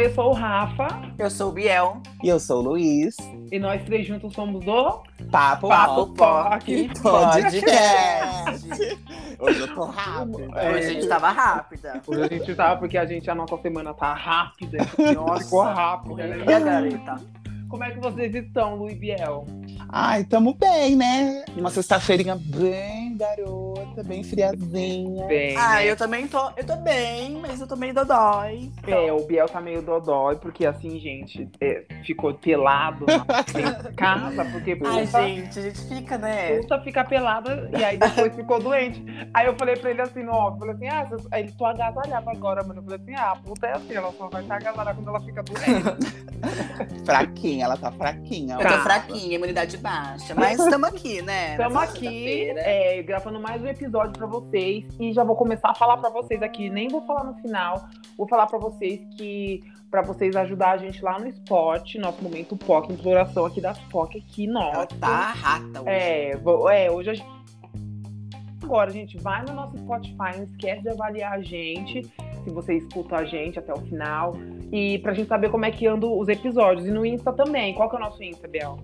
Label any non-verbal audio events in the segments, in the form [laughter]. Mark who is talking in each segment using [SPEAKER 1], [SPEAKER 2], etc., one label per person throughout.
[SPEAKER 1] eu sou o Rafa.
[SPEAKER 2] Eu sou o Biel.
[SPEAKER 3] E eu sou o Luiz.
[SPEAKER 1] E nós três juntos somos o Papo
[SPEAKER 3] Papo, Papo
[SPEAKER 1] Poc
[SPEAKER 3] Poc Podcast.
[SPEAKER 2] Hoje
[SPEAKER 3] Hoje eu tô rápido.
[SPEAKER 1] É.
[SPEAKER 2] a gente tava rápida.
[SPEAKER 1] Hoje a gente tá, porque a gente, a nossa semana tá rápida. [laughs] Ficou rápida, né?
[SPEAKER 2] Correria, garota.
[SPEAKER 1] Como é que vocês estão, Lu e Biel?
[SPEAKER 3] Ai, tamo bem, né? Uma sexta-feirinha bem garota, bem friazinha.
[SPEAKER 1] Bem,
[SPEAKER 2] Ah,
[SPEAKER 1] né?
[SPEAKER 2] eu também tô. Eu tô bem, mas eu tô meio dodói.
[SPEAKER 1] É, o Biel tá meio dodói, porque assim, gente, é, ficou pelado na [laughs] em casa, porque
[SPEAKER 2] Ai,
[SPEAKER 1] puta- é.
[SPEAKER 2] gente, a gente fica, né?
[SPEAKER 1] puta fica pelada, e aí depois ficou doente. Aí eu falei pra ele assim, ó, eu falei assim, ah, vocês- aí ele tô agasalhada agora, mano. Eu falei assim, ah, a puta é assim, ela só vai estar agasalhada quando ela fica doente.
[SPEAKER 3] Fraquinha, ela tá fraquinha.
[SPEAKER 2] Eu
[SPEAKER 1] Tá.
[SPEAKER 2] tô fraquinha, imunidade baixa. Mas estamos aqui, [laughs] né?
[SPEAKER 1] Estamos
[SPEAKER 2] Nessa
[SPEAKER 1] aqui,
[SPEAKER 2] sexta-feira.
[SPEAKER 1] é, gravando mais um episódio pra vocês, e já vou começar a falar pra vocês aqui, nem vou falar no final, vou falar pra vocês que pra vocês ajudar a gente lá no esporte, nosso momento POC, imploração aqui das POC aqui,
[SPEAKER 2] Ela
[SPEAKER 1] nossa.
[SPEAKER 2] tá rata hoje.
[SPEAKER 1] É, vo- é, hoje a gente. Agora, gente, vai no nosso Spotify, não esquece de avaliar a gente, se você escuta a gente até o final. E pra gente saber como é que andam os episódios. E no Insta também. Qual que é o nosso Insta, Biel?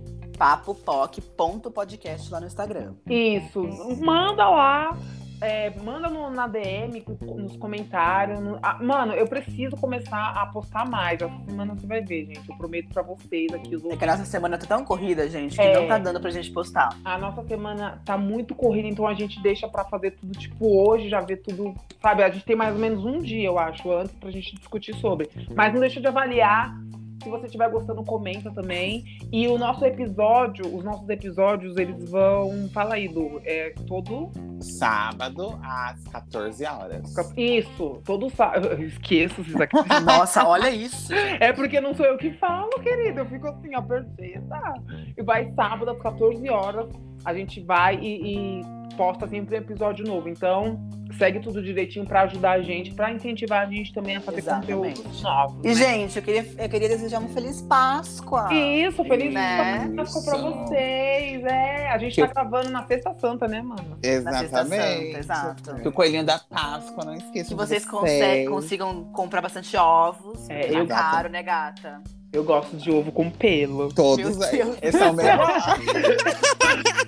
[SPEAKER 2] Papopoc.podcast lá no Instagram.
[SPEAKER 1] Isso. Manda lá. é, manda no- na DM, com- nos comentários. no- ah, mano, eu preciso começar a postar mais. Essa semana você vai ver, gente. Eu prometo pra vocês aqui os
[SPEAKER 2] É que a nossa semana tá tão corrida, gente, que
[SPEAKER 1] É.
[SPEAKER 2] não tá dando pra gente postar.
[SPEAKER 1] a nossa semana tá muito corrida, então a gente deixa pra fazer tudo tipo hoje, já ver tudo, sabe? A gente tem mais ou menos um dia, eu acho, antes pra gente discutir sobre. Mas não deixa de avaliar. Se você estiver gostando, comenta também. E o nosso episódio, os nossos episódios, eles vão. Fala aí, Lu. É todo.
[SPEAKER 3] Sábado às 14 horas.
[SPEAKER 1] Isso, todo sábado. [laughs] Eu esqueço isso aqui.
[SPEAKER 2] Nossa, olha [laughs] isso.
[SPEAKER 1] É porque não sou eu que falo, querida. Eu fico assim, ó, perdida. E vai sábado às 14 horas. A gente vai e, e posta sempre um episódio novo. Então, segue tudo direitinho pra ajudar a gente, pra incentivar a gente também a fazer
[SPEAKER 2] Exatamente.
[SPEAKER 1] conteúdos novos. né?
[SPEAKER 2] E, gente, eu queria, eu queria desejar um feliz Páscoa.
[SPEAKER 1] Isso, feliz
[SPEAKER 2] Né?
[SPEAKER 1] Páscoa pra
[SPEAKER 3] Isso.
[SPEAKER 1] vocês. É, a gente
[SPEAKER 3] Que-
[SPEAKER 1] tá gravando na Sexta Santa, né, mano?
[SPEAKER 3] Exatamente.
[SPEAKER 2] Na Sexta Santa, exato.
[SPEAKER 3] Que o coelhinho da Páscoa, não esqueça.
[SPEAKER 2] Que
[SPEAKER 3] de
[SPEAKER 2] vocês conse- consigam comprar bastante ovos.
[SPEAKER 1] É,
[SPEAKER 2] É,
[SPEAKER 1] eu-
[SPEAKER 2] caro, né, gata?
[SPEAKER 1] Eu gosto de ovo com pelo.
[SPEAKER 3] Todos
[SPEAKER 2] Meu
[SPEAKER 3] aí.
[SPEAKER 2] Deus.
[SPEAKER 3] Esse é o
[SPEAKER 2] [laughs]
[SPEAKER 3] melhor.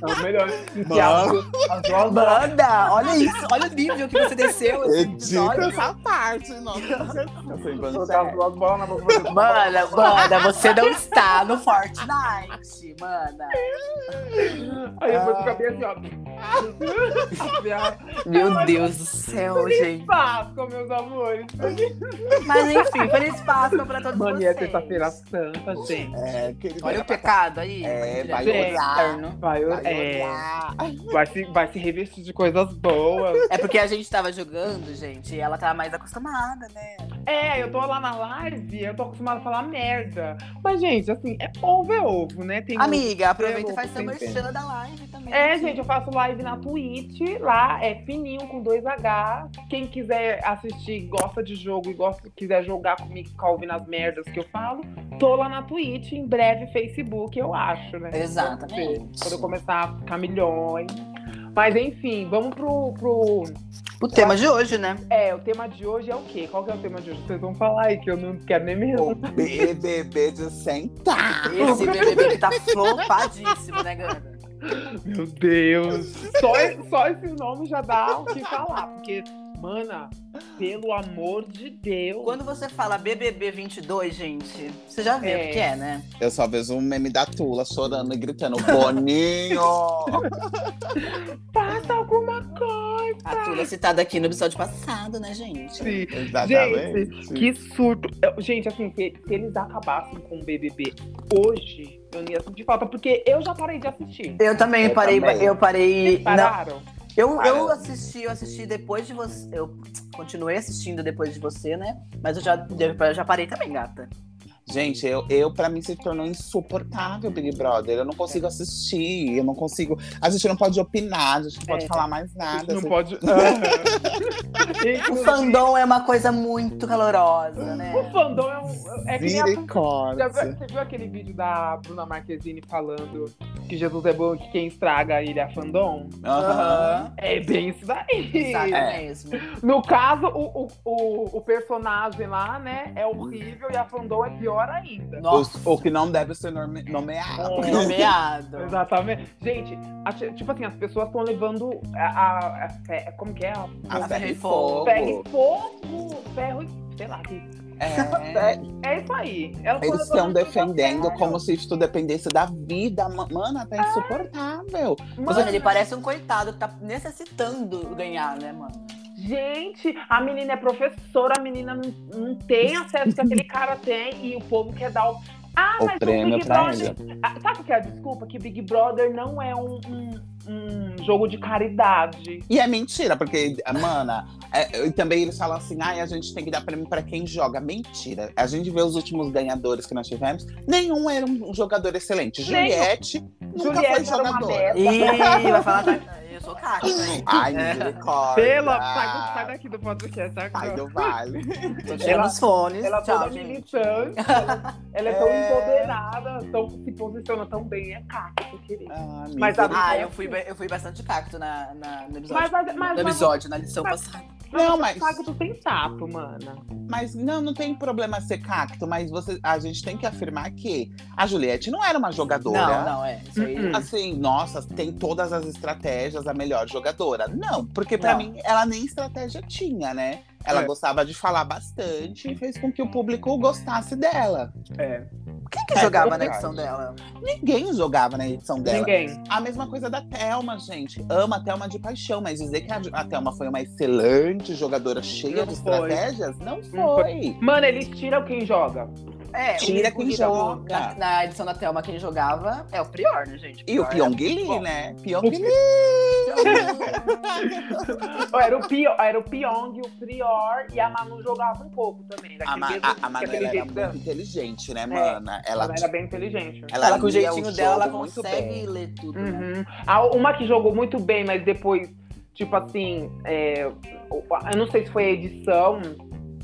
[SPEAKER 1] É o [laughs] melhor.
[SPEAKER 3] Mano.
[SPEAKER 1] As duas
[SPEAKER 2] Banda! Olha isso, olha o nível que você desceu. assim, esse
[SPEAKER 3] Edita
[SPEAKER 2] episódio.
[SPEAKER 3] essa parte.
[SPEAKER 2] [laughs]
[SPEAKER 3] Nossa, eu sou
[SPEAKER 1] colocar as
[SPEAKER 3] evangélica.
[SPEAKER 1] duas bolas na boca.
[SPEAKER 2] Mana, mana, você não está no Fortnite, mana.
[SPEAKER 1] Aí depois fica bem assim, ó. Assim, ó. [laughs]
[SPEAKER 2] Meu Deus do céu, gente.
[SPEAKER 1] Páscoa, meus amores.
[SPEAKER 2] Mas enfim, feliz Páscoa pra todos
[SPEAKER 1] Mano, e é
[SPEAKER 2] vocês.
[SPEAKER 1] sexta-feira santa, gente.
[SPEAKER 3] É, querida.
[SPEAKER 2] Olha o pecado aí.
[SPEAKER 3] É,
[SPEAKER 2] Matilha.
[SPEAKER 3] vai
[SPEAKER 1] Gente.
[SPEAKER 3] olhar.
[SPEAKER 1] Vai,
[SPEAKER 3] Vai
[SPEAKER 1] é,
[SPEAKER 3] olhar.
[SPEAKER 1] vai, se, vai se revestir de coisas boas.
[SPEAKER 2] É porque a gente tava jogando, gente, e ela tava mais acostumada, né?
[SPEAKER 1] É, eu tô lá na live, eu tô acostumada a falar merda. Mas, gente, assim, é ovo é ovo, né? Tem
[SPEAKER 2] Amiga, aproveita e faz
[SPEAKER 1] Tem
[SPEAKER 2] seu merchan da live também.
[SPEAKER 1] É, gente, eu faço live na Twitch, lá é fininho com 2H. Quem quiser assistir, gosta de jogo e gosta, quiser jogar comigo, ficar ouvindo as merdas que eu falo, tô lá na Twitch, em breve Facebook, eu acho, né?
[SPEAKER 2] Exatamente.
[SPEAKER 1] Quando eu começar a ficar milhões. Mas enfim, vamos pro, pro.
[SPEAKER 2] O tema de hoje, né?
[SPEAKER 1] É, o tema de hoje é o quê? Qual que é o tema de hoje? Vocês vão falar aí, que eu não quero nem me
[SPEAKER 3] O BBB de sentar. [laughs]
[SPEAKER 2] Esse BBB tá flopadíssimo, né, Gana?
[SPEAKER 1] [laughs] Meu Deus! Só, esse- só esse nome já dá o que falar, porque, mana, pelo amor de Deus.
[SPEAKER 2] Quando você fala BBB 22, gente, você já vê
[SPEAKER 1] É.
[SPEAKER 2] o que que é, né?
[SPEAKER 3] Eu só vejo um meme da Tula chorando e gritando:
[SPEAKER 1] [laughs]
[SPEAKER 3] Boninho!
[SPEAKER 1] Faça alguma coisa!
[SPEAKER 2] A Tula citada aqui no episódio passado, né, gente?
[SPEAKER 3] Exatamente.
[SPEAKER 1] Que surto! Eu- Gente, assim, se, se eles acabassem com o BBB hoje, eu não ia sentir falta, porque eu já parei de assistir.
[SPEAKER 2] Eu também
[SPEAKER 3] Eu
[SPEAKER 2] parei,
[SPEAKER 3] também.
[SPEAKER 2] eu parei.
[SPEAKER 1] Vocês pararam?
[SPEAKER 2] não, eu, eu
[SPEAKER 3] Para.
[SPEAKER 2] assisti, eu assisti depois de você. Eu continuei assistindo depois de você, né? Mas eu já, eu já parei também, gata.
[SPEAKER 3] Gente, eu, eu para mim se tornou insuportável Big Brother. Eu não consigo
[SPEAKER 1] É.
[SPEAKER 3] assistir, eu não consigo. A gente não pode opinar, a gente não pode
[SPEAKER 2] É.
[SPEAKER 3] falar mais nada.
[SPEAKER 1] Não
[SPEAKER 3] assim.
[SPEAKER 2] [laughs]
[SPEAKER 1] pode.
[SPEAKER 2] O
[SPEAKER 1] Inclusive,
[SPEAKER 2] fandom é uma coisa muito calorosa, né?
[SPEAKER 1] O fandom é um. É que nem a- Já
[SPEAKER 3] Misericórdia.
[SPEAKER 1] viu- Você viu aquele vídeo da Bruna Marquezine falando que Jesus é bom e que quem estraga ele é fandom?
[SPEAKER 3] Aham.
[SPEAKER 1] É bem isso daí.
[SPEAKER 2] Exato
[SPEAKER 3] É.
[SPEAKER 2] mesmo.
[SPEAKER 1] No caso, o, o, o, o personagem lá, né, é horrível e a fandom é pior ainda.
[SPEAKER 2] Nossa,
[SPEAKER 3] Os- O, que não deve ser nome- nomeado.
[SPEAKER 1] É.
[SPEAKER 2] nomeado.
[SPEAKER 1] Exatamente. Gente, a- tipo assim, as pessoas estão levando a, a, a fe- Como que é? A,
[SPEAKER 3] A ferro e
[SPEAKER 2] Ferro e fogo.
[SPEAKER 3] fogo.
[SPEAKER 1] ferro e fogo, ferro e. sei lá. que-
[SPEAKER 3] É.
[SPEAKER 1] É isso aí. Elas
[SPEAKER 3] Eles
[SPEAKER 1] tão
[SPEAKER 3] estão
[SPEAKER 1] levando isso a
[SPEAKER 3] defendendo
[SPEAKER 1] sério.
[SPEAKER 3] como se isso dependesse da vida. Ma- Mano, tá
[SPEAKER 1] Ah.
[SPEAKER 3] insuportável.
[SPEAKER 2] Mano,
[SPEAKER 1] Mano,
[SPEAKER 2] ele parece um coitado que tá necessitando ganhar, né, mano?
[SPEAKER 1] Gente, a menina é professora, a menina não, não tem acesso que aquele cara tem e o povo quer dar o. Ah,
[SPEAKER 3] O
[SPEAKER 1] mas o
[SPEAKER 3] prêmio
[SPEAKER 1] Big
[SPEAKER 3] pra
[SPEAKER 1] Brother.
[SPEAKER 3] ele.
[SPEAKER 1] Ah, Sabe o que é a desculpa? Que Big Brother não é um, um- um jogo de caridade.
[SPEAKER 3] E é mentira, porque, mana, é, e também eles falam assim: ai, a gente tem que dar prêmio pra quem joga. Mentira. A gente vê os últimos ganhadores que nós tivemos, nenhum era um jogador excelente.
[SPEAKER 1] Nenhum.
[SPEAKER 3] Juliette nunca foi
[SPEAKER 1] Juliette era uma
[SPEAKER 3] jogadora.
[SPEAKER 1] merda. [laughs]
[SPEAKER 2] Ih, vai [laughs] falar. Eu sou cara, né?
[SPEAKER 3] Ai,
[SPEAKER 2] É.
[SPEAKER 3] misericórdia.
[SPEAKER 1] daqui do podcast
[SPEAKER 3] Sai do vale.
[SPEAKER 2] Tô tirando
[SPEAKER 1] Ela-
[SPEAKER 2] os fones.
[SPEAKER 1] Ela é
[SPEAKER 2] Tchau,
[SPEAKER 1] toda
[SPEAKER 2] gente.
[SPEAKER 1] militante,
[SPEAKER 2] [laughs]
[SPEAKER 1] ela, ela é tão
[SPEAKER 3] É.
[SPEAKER 1] empoderada, tão, se posiciona tão bem, é cacto, querida.
[SPEAKER 3] Ah,
[SPEAKER 1] Mas a-
[SPEAKER 2] Ah, eu fui, ba- eu fui bastante cacto na, na- no episódio.
[SPEAKER 1] Mas, mas, mas,
[SPEAKER 2] no
[SPEAKER 1] mas,
[SPEAKER 2] episódio, na lição passada.
[SPEAKER 3] Não,
[SPEAKER 1] mas,
[SPEAKER 3] mas-
[SPEAKER 1] cacto tem tato, mana.
[SPEAKER 3] Mas não, não tem problema ser cacto, mas você, a gente tem que afirmar que a Juliette não era uma jogadora.
[SPEAKER 2] Não, não, é. Isso aí.
[SPEAKER 1] Hum, hum.
[SPEAKER 3] Assim, nossa, tem todas as estratégias, a melhor jogadora. Não, porque pra
[SPEAKER 2] Não.
[SPEAKER 3] mim ela nem estratégia tinha, né? Ela
[SPEAKER 1] É.
[SPEAKER 3] gostava de falar bastante e fez com que o público gostasse dela.
[SPEAKER 1] É.
[SPEAKER 2] Quem que
[SPEAKER 3] É
[SPEAKER 2] jogava na
[SPEAKER 3] verdade.
[SPEAKER 2] edição dela?
[SPEAKER 3] Ninguém jogava na edição dela.
[SPEAKER 1] Ninguém.
[SPEAKER 3] A mesma coisa da Thelma, gente. Ama a Thelma de paixão, mas dizer que a, a Thelma foi uma excelente jogadora cheia
[SPEAKER 1] Não
[SPEAKER 3] de
[SPEAKER 1] foi.
[SPEAKER 3] estratégias, não foi.
[SPEAKER 1] Não Mano, eles tiram quem joga.
[SPEAKER 2] É,
[SPEAKER 3] Tira quem
[SPEAKER 2] jogo-
[SPEAKER 3] joga.
[SPEAKER 2] Na, na edição da Thelma, quem jogava é o Prior, né, gente?
[SPEAKER 3] E o
[SPEAKER 1] é?
[SPEAKER 2] Prior
[SPEAKER 3] Pyong Lee,
[SPEAKER 2] bom.
[SPEAKER 3] né? Pyong Lee.
[SPEAKER 2] é-
[SPEAKER 1] Era o, Pio, era o Pyong, o Prior e a Manu jogava um pouco também.
[SPEAKER 3] A,
[SPEAKER 1] Daquele
[SPEAKER 3] Ma
[SPEAKER 1] jeito-
[SPEAKER 3] a, a Manu
[SPEAKER 1] daquele
[SPEAKER 3] ela era
[SPEAKER 1] jeito
[SPEAKER 3] muito
[SPEAKER 1] dela.
[SPEAKER 3] inteligente, né, mana? Ela,
[SPEAKER 1] Ela era bem inteligente.
[SPEAKER 2] Ela, com o
[SPEAKER 3] lia
[SPEAKER 2] jeitinho
[SPEAKER 3] jogo
[SPEAKER 2] dela, ela
[SPEAKER 3] muito
[SPEAKER 2] consegue
[SPEAKER 3] bem.
[SPEAKER 2] ler tudo. né?
[SPEAKER 1] Uhum. A- Uma que jogou muito bem, mas depois, tipo assim, é, eu não sei se foi a edição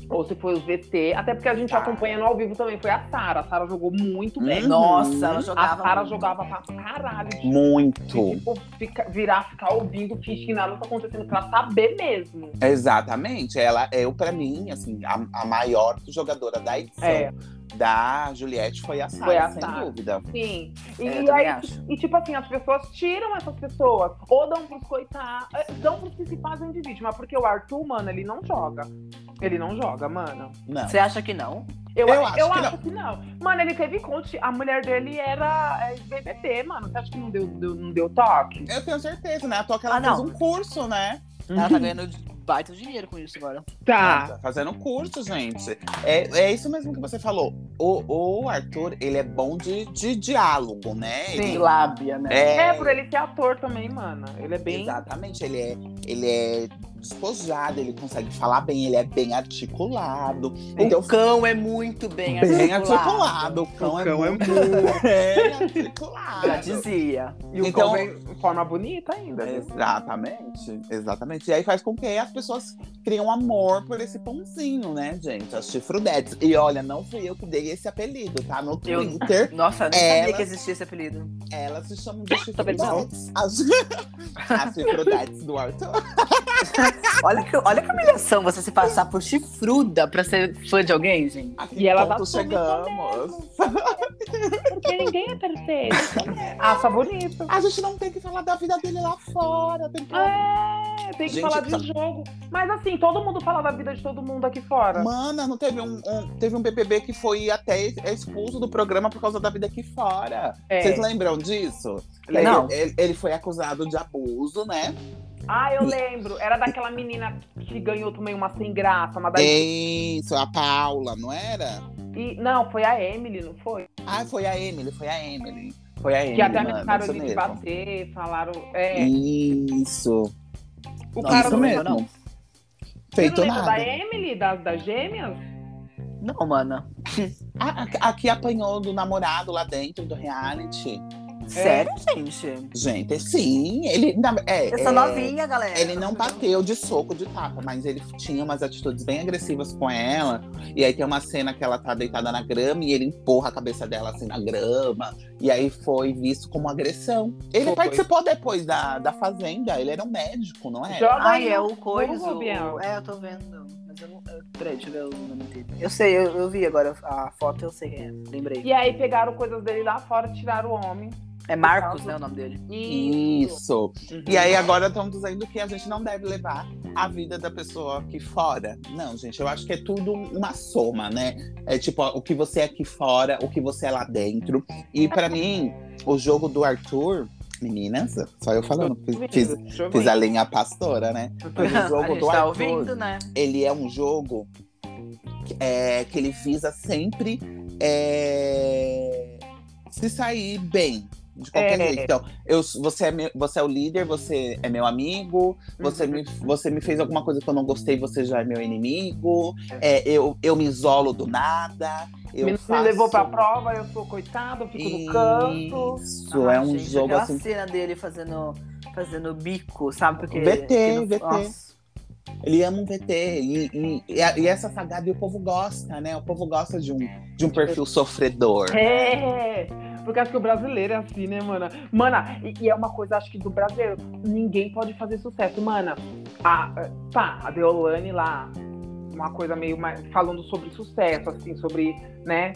[SPEAKER 1] ou se foi o VT, até porque a gente
[SPEAKER 2] Tá.
[SPEAKER 3] Sarah.
[SPEAKER 1] acompanha no ao vivo também, foi a Sara. A Sara jogou muito bem.
[SPEAKER 3] Uhum.
[SPEAKER 2] Nossa, ela
[SPEAKER 1] A
[SPEAKER 2] jogava.
[SPEAKER 1] Sara
[SPEAKER 2] muito.
[SPEAKER 1] jogava pra caralho. de- de,
[SPEAKER 3] Muito.
[SPEAKER 1] Tipo, fica- virar, ficar ouvindo, fingindo que nada tá acontecendo, pra saber mesmo.
[SPEAKER 3] Exatamente. Ela é, pra mim, assim, a, a maior jogadora da edição
[SPEAKER 1] É.
[SPEAKER 3] da Juliette foi a Sara,
[SPEAKER 1] Foi a
[SPEAKER 3] sem
[SPEAKER 1] Sarah.
[SPEAKER 3] dúvida.
[SPEAKER 1] Sim. E,
[SPEAKER 2] É, eu também
[SPEAKER 1] aí,
[SPEAKER 2] acho.
[SPEAKER 1] e tipo assim, as pessoas tiram essas pessoas. Ou dão pros coitados. eh, Dão pros que se fazem de vítima. Porque o Arthur, mano, ele não joga. Ele não joga, mano.
[SPEAKER 3] Não.
[SPEAKER 2] Você acha que não?
[SPEAKER 1] Eu,
[SPEAKER 3] Eu
[SPEAKER 1] eu
[SPEAKER 3] acho
[SPEAKER 1] acho,
[SPEAKER 3] que
[SPEAKER 1] que, não. Mano, ele teve conte. A mulher dele era é, BBB, mano. Você acha que não deu, deu- não deu toque?
[SPEAKER 3] Eu tenho certeza, né? A Toca ela
[SPEAKER 2] Ah,
[SPEAKER 3] fez
[SPEAKER 2] não.
[SPEAKER 3] um curso, né?
[SPEAKER 2] Ela
[SPEAKER 1] [laughs] Uhum.
[SPEAKER 2] tá ganhando baita dinheiro com isso agora.
[SPEAKER 1] Ah.
[SPEAKER 3] Ela tá fazendo um curso, gente. É, é isso mesmo que você falou. O, o Arthur, ele é bom de, de diálogo, né?
[SPEAKER 1] Sim.
[SPEAKER 2] De
[SPEAKER 3] Ele,
[SPEAKER 2] lábia, né?
[SPEAKER 1] É, por ele ser ator também, mano. Ele é bem.
[SPEAKER 3] Exatamente, ele é, ele é despojado, ele consegue falar bem, ele é bem articulado. Então,
[SPEAKER 2] O cão é muito bem,
[SPEAKER 3] bem
[SPEAKER 2] articulado.
[SPEAKER 3] articulado. O cão,
[SPEAKER 1] O cão
[SPEAKER 3] é
[SPEAKER 1] é
[SPEAKER 3] muito bem articulado.
[SPEAKER 2] Já dizia.
[SPEAKER 1] E o
[SPEAKER 3] Então- É.
[SPEAKER 1] então... forma bonita ainda. né?
[SPEAKER 3] Exatamente, exatamente. E aí faz com que as pessoas criam amor por esse pãozinho, né, gente? As chifrudetes. E olha, não fui eu que dei esse apelido, tá? No
[SPEAKER 2] Eu-
[SPEAKER 3] Twitter,
[SPEAKER 2] Nossa, eu nem
[SPEAKER 3] Ela-
[SPEAKER 2] sabia que existia esse apelido.
[SPEAKER 3] elas se chamam de
[SPEAKER 2] Também não.
[SPEAKER 3] chifrudetes. As, [laughs] as chifrudetes do Arthur.
[SPEAKER 2] Olha que, olha que humilhação você se passar por chifruda pra ser fã de alguém, gente.
[SPEAKER 3] A que
[SPEAKER 1] E ela
[SPEAKER 3] ponto
[SPEAKER 1] dá fome
[SPEAKER 3] chegamos.
[SPEAKER 1] Porque ninguém é [laughs] perfeito. ah, tá bonito.
[SPEAKER 3] A gente não tem que falar da vida dele lá fora. Tem que falar
[SPEAKER 1] É, tem que
[SPEAKER 3] Gente,
[SPEAKER 1] falar de
[SPEAKER 3] sabe-
[SPEAKER 1] jogo. Mas assim, todo mundo fala da vida de todo mundo aqui fora.
[SPEAKER 3] Mana, não teve um, um- teve um BBB que foi até expulso do programa por causa da vida aqui fora.
[SPEAKER 1] É.
[SPEAKER 3] Vocês lembram disso?
[SPEAKER 2] Não.
[SPEAKER 3] Ele, ele- ele foi acusado de abuso, né?
[SPEAKER 1] Ah, eu lembro. Era daquela menina que ganhou também uma sem graça, uma
[SPEAKER 3] É.
[SPEAKER 1] daí.
[SPEAKER 3] Isso, a Paula, não era?
[SPEAKER 1] E, não, foi a Emily, não foi?
[SPEAKER 3] Ah, foi a Emily, foi a Emily. Foi a Emily.
[SPEAKER 1] que até
[SPEAKER 3] mana,
[SPEAKER 1] ameaçaram
[SPEAKER 3] isso
[SPEAKER 1] de
[SPEAKER 3] mesmo.
[SPEAKER 1] bater, falaram. É,
[SPEAKER 3] Isso.
[SPEAKER 1] o
[SPEAKER 2] Nossa,
[SPEAKER 1] cara
[SPEAKER 3] isso
[SPEAKER 1] do.
[SPEAKER 2] lembro,
[SPEAKER 3] mesmo.
[SPEAKER 2] não.
[SPEAKER 1] Você não
[SPEAKER 3] Feito
[SPEAKER 1] lembra da
[SPEAKER 3] nada.
[SPEAKER 1] Emily, das, das gêmeas?
[SPEAKER 2] Não, mana.
[SPEAKER 3] A, a, a que Ah, apanhou do namorado lá dentro do reality.
[SPEAKER 2] Sério, gente?
[SPEAKER 3] Gente, é sim, ele. na- É,
[SPEAKER 2] Eu sou
[SPEAKER 3] é,
[SPEAKER 2] novinha, galera.
[SPEAKER 3] Ele não bateu de soco, de tapa, mas ele tinha umas atitudes bem agressivas com ela. E aí tem uma cena que ela tá deitada na grama e ele empurra a cabeça dela assim na grama. E aí foi visto como agressão. Ele
[SPEAKER 1] Foi.
[SPEAKER 3] participou depois da, da Fazenda, ele era um médico, não é?
[SPEAKER 1] Joga
[SPEAKER 2] Ai,
[SPEAKER 1] aí
[SPEAKER 2] é
[SPEAKER 1] no
[SPEAKER 2] o coisa.
[SPEAKER 1] Google, Biel.
[SPEAKER 2] É, eu tô vendo. Mas eu não. eu- Peraí, deixa eu ver o nome dele. Eu sei, eu, eu vi agora a foto, eu sei quem é. Lembrei.
[SPEAKER 1] E aí pegaram coisas dele lá fora, tiraram o homem.
[SPEAKER 2] É Marcos, né? O nome dele.
[SPEAKER 1] E.
[SPEAKER 3] Isso. E aí agora estão dizendo que a gente não deve levar a vida da pessoa aqui fora. Não, gente, eu acho que é tudo uma soma, né? É tipo, ó, o que você é aqui fora, o que você é lá dentro. E pra mim, o jogo do Arthur, meninas, só eu falando, fiz, fiz- fiz a linha pastora, né? Mas o
[SPEAKER 2] [laughs] a
[SPEAKER 3] jogo
[SPEAKER 2] gente
[SPEAKER 3] do
[SPEAKER 2] tá
[SPEAKER 3] Arthur,
[SPEAKER 2] ouvindo, né?
[SPEAKER 3] ele é um jogo que, é, que ele visa sempre é, se sair bem. De qualquer
[SPEAKER 1] É.
[SPEAKER 3] jeito. Então, eu, você, é meu- você é o líder, você é meu amigo, você,
[SPEAKER 1] Uhum.
[SPEAKER 3] me, você me fez alguma coisa que eu não gostei, você já é meu inimigo, é, eu, eu me isolo do nada. Eu
[SPEAKER 1] Me
[SPEAKER 3] faço...
[SPEAKER 1] levou pra prova, eu sou coitado, eu fico no canto.
[SPEAKER 3] Isso,
[SPEAKER 2] Ah,
[SPEAKER 3] é um
[SPEAKER 2] gente,
[SPEAKER 3] jogo
[SPEAKER 2] aquela
[SPEAKER 3] assim.
[SPEAKER 2] cena dele fazendo, fazendo bico, sabe? Porque.
[SPEAKER 3] VT,
[SPEAKER 2] que
[SPEAKER 3] VT.
[SPEAKER 2] Nossa.
[SPEAKER 3] Ele ama um VT. E, e- e a- e essa sagada e o povo gosta, né? O povo gosta de um, de um perfil sofredor.
[SPEAKER 1] É, [laughs] porque acho que o brasileiro é assim, né, mana? Mana, e, e é uma coisa, acho que do brasileiro, ninguém pode fazer sucesso. Mana, a, tá, a Deolane lá, uma coisa meio mais, falando sobre sucesso, assim, sobre, né?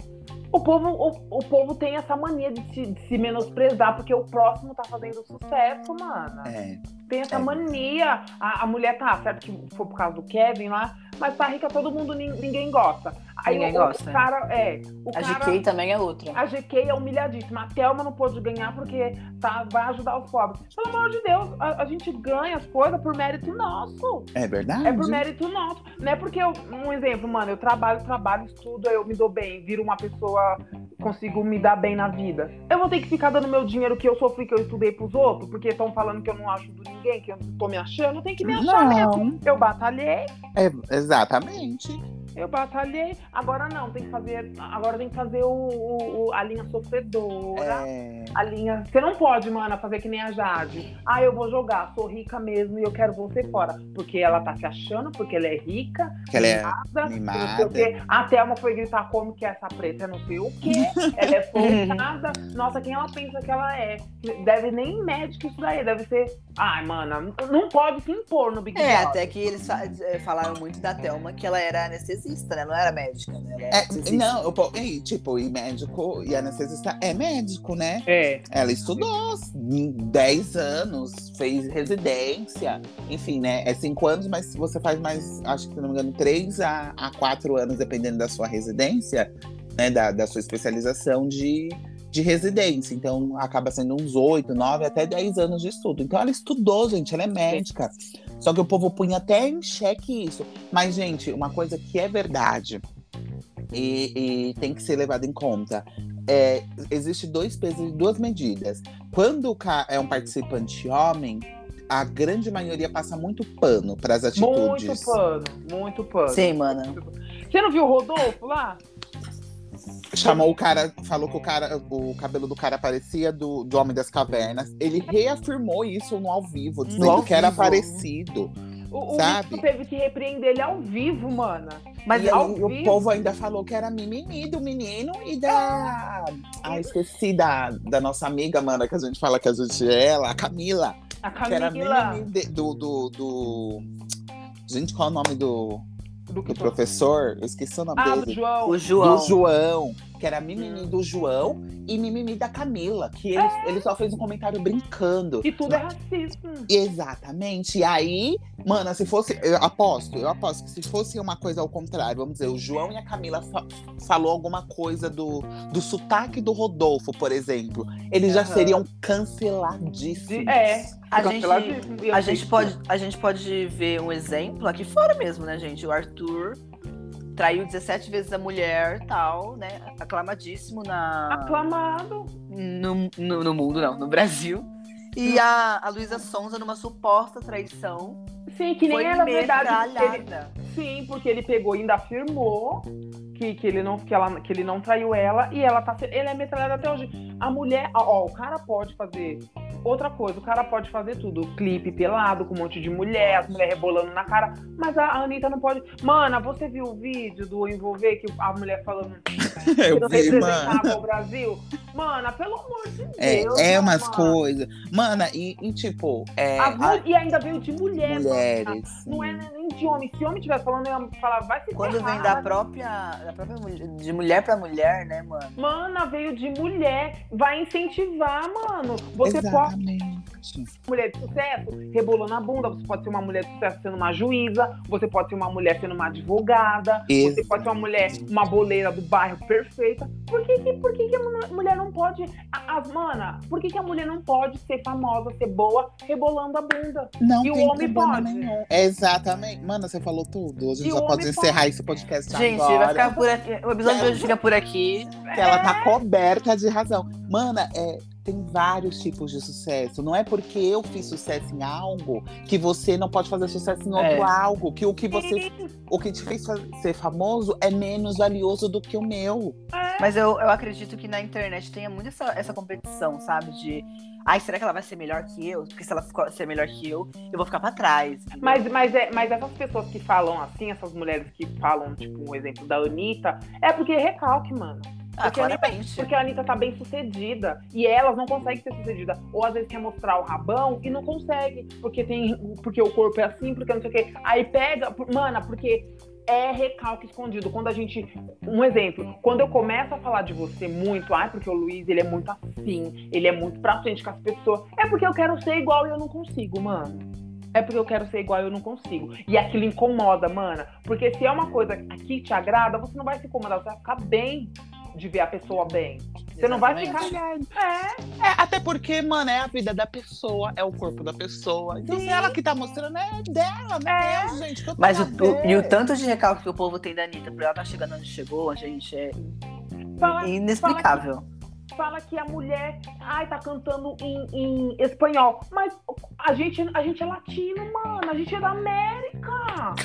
[SPEAKER 1] O povo, o, o povo tem essa mania de se, de se menosprezar, porque o próximo tá fazendo sucesso, mana.
[SPEAKER 3] É.
[SPEAKER 1] Tem essa
[SPEAKER 3] É.
[SPEAKER 1] mania. A, a mulher tá, certo que foi por causa do Kevin lá, mas tá rica, todo mundo, nin- ninguém gosta. Aí
[SPEAKER 2] Ninguém
[SPEAKER 1] o, o
[SPEAKER 2] gosta.
[SPEAKER 1] cara, é. O
[SPEAKER 2] A
[SPEAKER 1] cara,
[SPEAKER 2] GK também é outra.
[SPEAKER 1] a GK é humilhadíssima. A Thelma não pôde ganhar porque tá, vai ajudar os pobres. Pelo amor de Deus, a, a gente ganha as coisas por mérito nosso.
[SPEAKER 3] É verdade?
[SPEAKER 1] É por mérito nosso. Não é porque eu. Um exemplo, mano, eu trabalho, trabalho, estudo, eu me dou bem, viro uma pessoa, consigo me dar bem na vida. Eu vou ter que ficar dando meu dinheiro que eu sofri, que eu estudei pros outros, porque estão falando que eu não ajudo ninguém, que eu não tô me achando, tem que me achar mesmo.
[SPEAKER 3] Não,
[SPEAKER 1] Eu batalhei.
[SPEAKER 3] é, exatamente.
[SPEAKER 1] Eu batalhei, agora não, tem que fazer. Agora tem que fazer o, o- o- a linha sofredora.
[SPEAKER 3] É,
[SPEAKER 1] A linha. Você não pode, mana, fazer que nem a Jade. Ah, eu vou jogar, sou rica mesmo e eu quero você fora. Porque ela tá se achando, porque ela é rica,
[SPEAKER 3] que ela é
[SPEAKER 1] nada, não sei
[SPEAKER 3] mimada.
[SPEAKER 1] o quê. A Thelma foi gritar como que é essa preta, não sei o quê. Ela é
[SPEAKER 3] [laughs]
[SPEAKER 1] forçada. Nossa, quem ela pensa que ela é? Deve nem médico isso daí, deve ser. Ai, mana, não pode se impor no Big
[SPEAKER 2] É,
[SPEAKER 1] Brother.
[SPEAKER 2] até que eles fa- eh, falaram muito da Thelma que ela era anestesista, né? Não era médica, né? Ela era
[SPEAKER 3] É,
[SPEAKER 2] anestesista.
[SPEAKER 3] não, eu, po- e, tipo, e médico e anestesista é médico, né?
[SPEAKER 1] É.
[SPEAKER 3] Ela estudou 10 anos, fez residência, enfim, né? É 5 anos, mas você faz mais, acho que se não me engano, 3 a, a 4 anos, dependendo da sua residência, né? Da, da sua especialização de, de residência. Então acaba sendo uns 8, 9, até 10 anos de estudo. Então ela estudou, gente, ela é médica. Só que o povo punha até em xeque isso. Mas, gente, uma coisa que é verdade e, e tem que ser levada em conta. É, existe dois pesos e duas medidas. Quando o ca- é um participante homem, a grande maioria passa muito pano para as atitudes.
[SPEAKER 1] Muito pano, muito pano.
[SPEAKER 2] Sim, mana.
[SPEAKER 1] Você não viu o Rodolfo lá?
[SPEAKER 3] Chamou o cara, falou que o cara, o cabelo do cara parecia do, do Homem das Cavernas. Ele reafirmou isso no ao vivo, dizendo
[SPEAKER 2] ao
[SPEAKER 3] que era
[SPEAKER 2] vivo.
[SPEAKER 3] parecido.
[SPEAKER 1] O, o
[SPEAKER 3] Sabe?
[SPEAKER 1] Vitor teve que repreender ele ao vivo, mana.
[SPEAKER 2] Mas
[SPEAKER 3] e
[SPEAKER 1] ao
[SPEAKER 3] aí, o
[SPEAKER 1] vivo?
[SPEAKER 3] povo ainda falou que era mimimi do menino e da. Ah, esqueci da, da nossa amiga, mana, que a gente fala que a gente é ela, a Camila.
[SPEAKER 1] A
[SPEAKER 3] Que era
[SPEAKER 1] Camila
[SPEAKER 3] mimimi de- do, do, do. Gente, qual é o nome do,
[SPEAKER 1] do
[SPEAKER 3] do
[SPEAKER 1] que
[SPEAKER 3] professor? Eu esqueci o nome
[SPEAKER 1] Ah,
[SPEAKER 3] dele.
[SPEAKER 1] do João.
[SPEAKER 2] O João.
[SPEAKER 3] do João, que era mimimi do João e mimimi da Camila, que ele, ele só fez um comentário brincando.
[SPEAKER 1] E É. tudo é racismo.
[SPEAKER 3] Exatamente. E aí, mana, se fosse. Eu aposto, eu aposto que se fosse uma coisa ao contrário, vamos dizer, o João e a Camila fa falou alguma coisa do, do sotaque do Rodolfo, por exemplo, eles já
[SPEAKER 2] Aham.
[SPEAKER 3] seriam canceladíssimos.
[SPEAKER 1] De- é.
[SPEAKER 2] A
[SPEAKER 1] Ficou
[SPEAKER 2] gente-
[SPEAKER 1] peladíssimo. E
[SPEAKER 2] A
[SPEAKER 3] né?
[SPEAKER 1] eu
[SPEAKER 2] gente,
[SPEAKER 1] vi-
[SPEAKER 2] pode, a gente pode ver um exemplo aqui fora mesmo, né, gente? O Arthur traiu 17 vezes a mulher, tal, né? Aclamadíssimo na,
[SPEAKER 1] Aclamado.
[SPEAKER 2] no, no, no mundo, não, no Brasil. E a, a Luísa Sonza numa suposta traição.
[SPEAKER 1] Sim, que nem
[SPEAKER 2] foi
[SPEAKER 1] era verdade. Ele,
[SPEAKER 2] metralhada.
[SPEAKER 1] sim, porque ele pegou e ainda afirmou que que, que, ele não, que, ela, que ele não traiu ela e ela tá. se- Ele é metralhado até hoje. A mulher, ó, ó, o cara pode fazer outra coisa, o cara pode fazer tudo. Clipe pelado, com um monte de mulher, as mulheres rebolando na cara, mas a, a Anitta não pode. Mana, você viu o vídeo do envolver que a mulher falando
[SPEAKER 3] Eu
[SPEAKER 1] que
[SPEAKER 3] vi, mano.
[SPEAKER 1] o Brasil? Mana, pelo amor de Deus.
[SPEAKER 3] É, é
[SPEAKER 1] né,
[SPEAKER 3] umas
[SPEAKER 1] mana?
[SPEAKER 3] coisas. Mana, e, e tipo, é,
[SPEAKER 1] As
[SPEAKER 3] a-
[SPEAKER 1] mu- E ainda veio de mulher.
[SPEAKER 3] mulheres.
[SPEAKER 1] Não é nem de homem. Se homem estivesse falando, eu ia falar, vai se
[SPEAKER 2] Quando
[SPEAKER 1] ferrar,
[SPEAKER 2] vem da própria, da própria mulher, de mulher pra mulher, né, mano?
[SPEAKER 1] Mana, veio de mulher. Vai incentivar, mano. Você pode
[SPEAKER 3] Exatamente.
[SPEAKER 1] ser uma mulher de sucesso rebolando a bunda, você pode ser uma mulher de sucesso sendo uma juíza, você pode ser uma mulher sendo uma advogada, você
[SPEAKER 3] Ex-
[SPEAKER 1] pode ser uma mulher, uma boleira do bairro perfeita. Por que, que, por que, que a mu- mulher não pode. A, a- mana, por que, que a mulher não pode ser famosa, ser boa, rebolando a bunda?
[SPEAKER 3] Não
[SPEAKER 1] E o
[SPEAKER 3] tem
[SPEAKER 1] homem
[SPEAKER 3] problema
[SPEAKER 1] pode?
[SPEAKER 3] nenhum. Exatamente. Mano, você falou tudo. A gente
[SPEAKER 1] E o
[SPEAKER 3] já pode
[SPEAKER 1] homem
[SPEAKER 3] encerrar esse podcast
[SPEAKER 2] Gente,
[SPEAKER 3] agora.
[SPEAKER 2] vai ficar por aqui. O episódio de hoje fica por aqui.
[SPEAKER 3] Que ela tá coberta de razão. Mana, é, tem vários tipos de sucesso. Não é porque eu fiz sucesso em algo que você não pode fazer sucesso em outro
[SPEAKER 2] É.
[SPEAKER 3] algo. Que o que você,
[SPEAKER 1] Sim,
[SPEAKER 3] o que te fez fa- ser famoso é menos valioso do que o meu.
[SPEAKER 2] Mas eu, eu acredito que na internet tenha muito essa, essa competição, sabe? De. Ai, será que ela vai ser melhor que eu? Porque se ela ficar- ser melhor que eu, eu vou ficar pra trás. entendeu?
[SPEAKER 1] Mas, mas, é, mas essas pessoas que falam assim, essas mulheres que falam, tipo, um exemplo da Anitta, é porque é recalque, mano.
[SPEAKER 2] ah,
[SPEAKER 1] porque a Anitta-
[SPEAKER 2] claramente.
[SPEAKER 1] Porque a Anitta tá bem sucedida e elas não conseguem ser sucedida. Ou às vezes quer mostrar o rabão e não consegue, porque tem. Porque o corpo é assim, porque não sei o quê. Aí pega. por- Mana, porque. É recalque escondido. Quando a gente. Um exemplo, quando eu começo a falar de você muito, ai, porque o Luiz ele é muito assim, ele é muito pra frente com as pessoas. É porque eu quero ser igual e eu não consigo, mano. É porque eu quero ser igual e eu não consigo. E aquilo incomoda, mana. Porque se é uma coisa que te agrada, você não vai se incomodar, você vai ficar bem de ver a pessoa bem. Você não vai ficar.
[SPEAKER 2] Exatamente.
[SPEAKER 1] É,
[SPEAKER 3] É, até porque, mano, é a vida da pessoa, é o corpo da pessoa. Então, se ela que tá mostrando, é dela, não é, eu, gente. que eu tenho
[SPEAKER 2] Mas
[SPEAKER 3] a
[SPEAKER 2] o, o-
[SPEAKER 3] ver?
[SPEAKER 2] e o tanto de recalque que o povo tem da Anitta, por ela tá chegando onde chegou, gente, é
[SPEAKER 1] fala,
[SPEAKER 2] inexplicável.
[SPEAKER 1] fala que a mulher, ai, tá cantando em, em espanhol. Mas a gente, a gente é latino, mano. A gente é da América.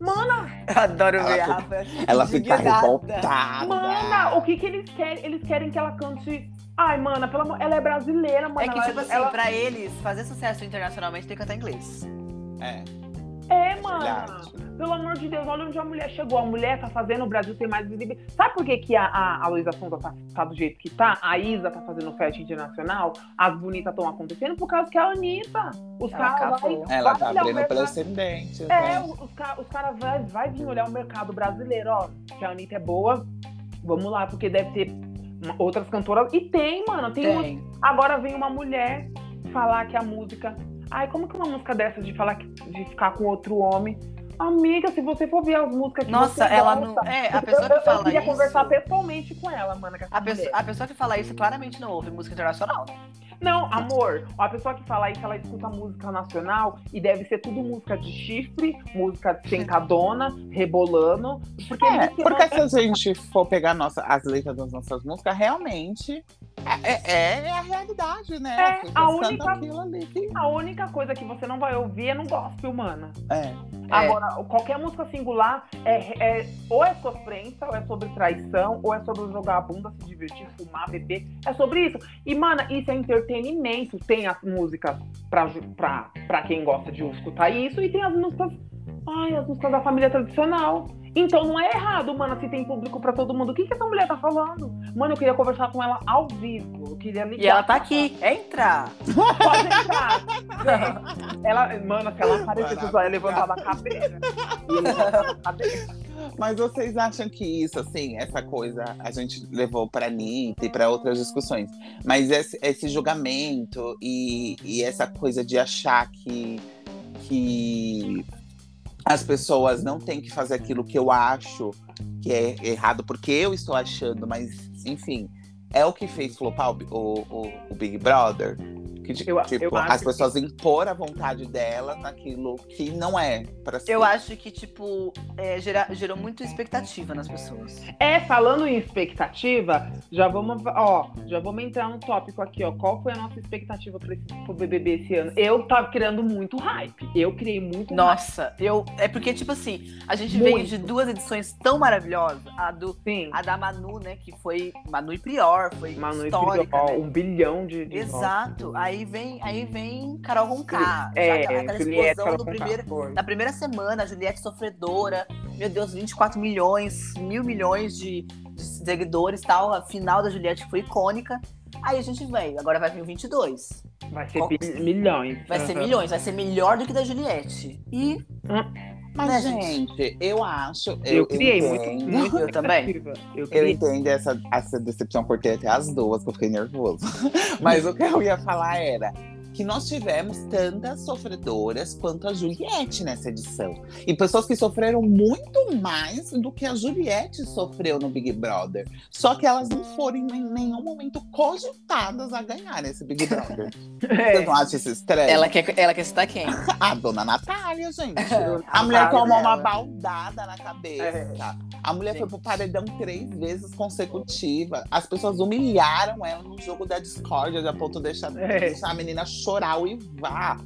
[SPEAKER 2] Eu adoro
[SPEAKER 3] Ela
[SPEAKER 2] ver a
[SPEAKER 3] fica-
[SPEAKER 2] Rafa.
[SPEAKER 3] Ela fica
[SPEAKER 2] indignada.
[SPEAKER 3] revoltada.
[SPEAKER 1] Mana, o que que eles querem? Eles querem que ela cante. Ai, mana, pelo amor. Ela é brasileira, mano.
[SPEAKER 2] É que,
[SPEAKER 1] ela,
[SPEAKER 2] tipo assim,
[SPEAKER 1] ela-
[SPEAKER 2] pra eles, fazer sucesso internacionalmente tem que cantar em inglês.
[SPEAKER 3] É,
[SPEAKER 1] É, mano.
[SPEAKER 3] verdade.
[SPEAKER 1] Pelo amor de Deus, olha onde a mulher chegou. A mulher tá fazendo o Brasil ter mais visibilidade. Sabe por que, que a, a, a Luísa Sonza tá, tá do jeito que tá? A Isa tá fazendo festa internacional, as bonitas estão acontecendo por causa que a Anitta. Os
[SPEAKER 2] Ela
[SPEAKER 1] caras vai,
[SPEAKER 2] acabou. É.
[SPEAKER 3] Ela
[SPEAKER 1] vai
[SPEAKER 3] tá
[SPEAKER 1] olhar o
[SPEAKER 3] abrindo
[SPEAKER 1] mercado-
[SPEAKER 3] pelo ascendente.
[SPEAKER 1] É,
[SPEAKER 3] né?
[SPEAKER 1] os, os caras vai, vai vir olhar o mercado brasileiro, ó. Que a Anitta é boa. Vamos lá, porque deve ter uma- outras cantoras. E tem, mano. Tem, uma-
[SPEAKER 2] Tem.
[SPEAKER 1] Agora vem uma mulher falar que a música. Ai, como que uma música dessa de falar que- de ficar com outro homem? Amiga, se você for ver as músicas que
[SPEAKER 2] Nossa,
[SPEAKER 1] você
[SPEAKER 2] ela
[SPEAKER 1] gosta,
[SPEAKER 2] não. É, a
[SPEAKER 1] eu-
[SPEAKER 2] pessoa
[SPEAKER 1] eu,
[SPEAKER 2] que
[SPEAKER 1] eu
[SPEAKER 2] fala
[SPEAKER 1] queria
[SPEAKER 2] isso.
[SPEAKER 1] conversar pessoalmente com ela, é mana. com essa
[SPEAKER 2] A pessoa,
[SPEAKER 1] mulher.
[SPEAKER 2] a pessoa que fala isso claramente não ouve música internacional, né?
[SPEAKER 1] Não, amor, a pessoa que fala isso, ela escuta música nacional e deve ser tudo música de chifre, música de sencadona, rebolando. Porque,
[SPEAKER 3] É,
[SPEAKER 1] música
[SPEAKER 3] porque se a gente for pegar nossa, as letras das nossas músicas, realmente é, é- é a realidade, né?
[SPEAKER 1] É,
[SPEAKER 3] As pessoas
[SPEAKER 1] a
[SPEAKER 3] cantam
[SPEAKER 1] única-
[SPEAKER 3] aquilo ali que-
[SPEAKER 1] a única coisa que você não vai ouvir é no gospel, mana.
[SPEAKER 3] É,
[SPEAKER 1] Agora, qualquer música singular é, é- ou é sofrência, ou é sobre traição, ou é sobre jogar a bunda, se divertir, fumar, beber. É sobre isso. E, mana, isso é entretenimento. Tem as músicas pra, ju- pra, pra quem gosta de escutar isso, e tem as músicas. Ai, as músicas da família tradicional. Então não é errado, mana, se tem público pra todo mundo. O que, que essa mulher tá falando? Mano, eu queria conversar com ela ao vivo. Eu queria ligar.
[SPEAKER 2] E ela tá aqui. Entra!
[SPEAKER 1] Pode entrar.
[SPEAKER 2] [laughs]
[SPEAKER 1] Ela, mano, se ela aparecer,
[SPEAKER 3] Maravilha.
[SPEAKER 1] ela levantava a cabeça. E levantava a cabeça.
[SPEAKER 3] Mas vocês acham que isso, assim, essa coisa a gente levou pra Anitta e pra outras discussões. Mas esse, esse julgamento e, e essa coisa de achar que, que as pessoas não têm que fazer aquilo que eu acho que é errado, porque eu estou achando, mas enfim, é o que fez flopar o, Bi- o, o- o Big Brother. Que, de-
[SPEAKER 1] Eu-
[SPEAKER 3] tipo,
[SPEAKER 1] eu acho
[SPEAKER 3] as pessoas impor a vontade delas naquilo que não é pra ser.
[SPEAKER 2] Eu acho que, tipo, é, gera- gerou muito expectativa nas pessoas.
[SPEAKER 1] É, falando em expectativa, já vamos, ó, já vamos entrar num tópico aqui, ó. Qual foi a nossa expectativa para o BBB esse ano? Eu tava criando muito hype. Eu criei muito
[SPEAKER 2] Nossa, eu. É porque, tipo assim, a gente
[SPEAKER 1] Muito.
[SPEAKER 2] veio de duas edições tão maravilhosas. A, do,
[SPEAKER 1] hype. Sim.
[SPEAKER 2] a da Manu, né? Que foi Manu e Prior, foi
[SPEAKER 1] Manu e
[SPEAKER 2] histórica.
[SPEAKER 1] Filipe, ó,
[SPEAKER 2] né?
[SPEAKER 1] um bilhão de, de
[SPEAKER 2] Exato. Aí vem, aí vem Carol Conká.
[SPEAKER 1] É,
[SPEAKER 2] já aquela
[SPEAKER 1] Juliette,
[SPEAKER 2] explosão
[SPEAKER 1] Carol
[SPEAKER 2] do
[SPEAKER 1] Conká.
[SPEAKER 2] primeiro,
[SPEAKER 3] Foi.
[SPEAKER 2] na primeira semana, a Juliette sofredora. Meu Deus, 24 milhões, mil milhões de, de seguidores e tal. A final da Juliette foi icônica. Aí a gente veio, agora vai vir o 22.
[SPEAKER 1] votos. Vai ser
[SPEAKER 2] Com-
[SPEAKER 1] bi- milhões.
[SPEAKER 2] Vai ser
[SPEAKER 1] Aham.
[SPEAKER 2] milhões, vai ser melhor do que da Juliette. E
[SPEAKER 3] Mas,
[SPEAKER 2] né,
[SPEAKER 3] gente, eu acho.
[SPEAKER 1] Eu, criei
[SPEAKER 3] entendo.
[SPEAKER 1] muito, muito
[SPEAKER 2] eu
[SPEAKER 1] [laughs]
[SPEAKER 2] também.
[SPEAKER 1] expectativa. Eu
[SPEAKER 3] Eu
[SPEAKER 1] criei.
[SPEAKER 3] entendo essa, essa decepção por ter até as duas, que eu fiquei nervoso. [laughs] Mas o que eu ia falar era que nós tivemos tantas sofredoras quanto a Juliette nessa edição. E pessoas que sofreram muito mais do que a Juliette sofreu no Big Brother. Só que elas não foram em nenhum momento cogitadas a ganhar esse
[SPEAKER 1] [laughs]
[SPEAKER 3] Big Brother.
[SPEAKER 1] É.
[SPEAKER 3] Vocês não acham isso estranho?
[SPEAKER 4] Ela quer, ela quer citar quem?
[SPEAKER 3] A Ah, dona Natália, gente.
[SPEAKER 1] [laughs]
[SPEAKER 2] A
[SPEAKER 3] A mulher
[SPEAKER 2] Natália
[SPEAKER 3] tomou
[SPEAKER 2] dela.
[SPEAKER 3] uma baldada na cabeça.
[SPEAKER 1] É.
[SPEAKER 3] A mulher foi
[SPEAKER 2] Gente.
[SPEAKER 3] pro paredão três vezes consecutiva. As pessoas humilharam ela no jogo da discórdia, a ponto de deixar,
[SPEAKER 1] É.
[SPEAKER 3] deixar a menina chorar o Ivá.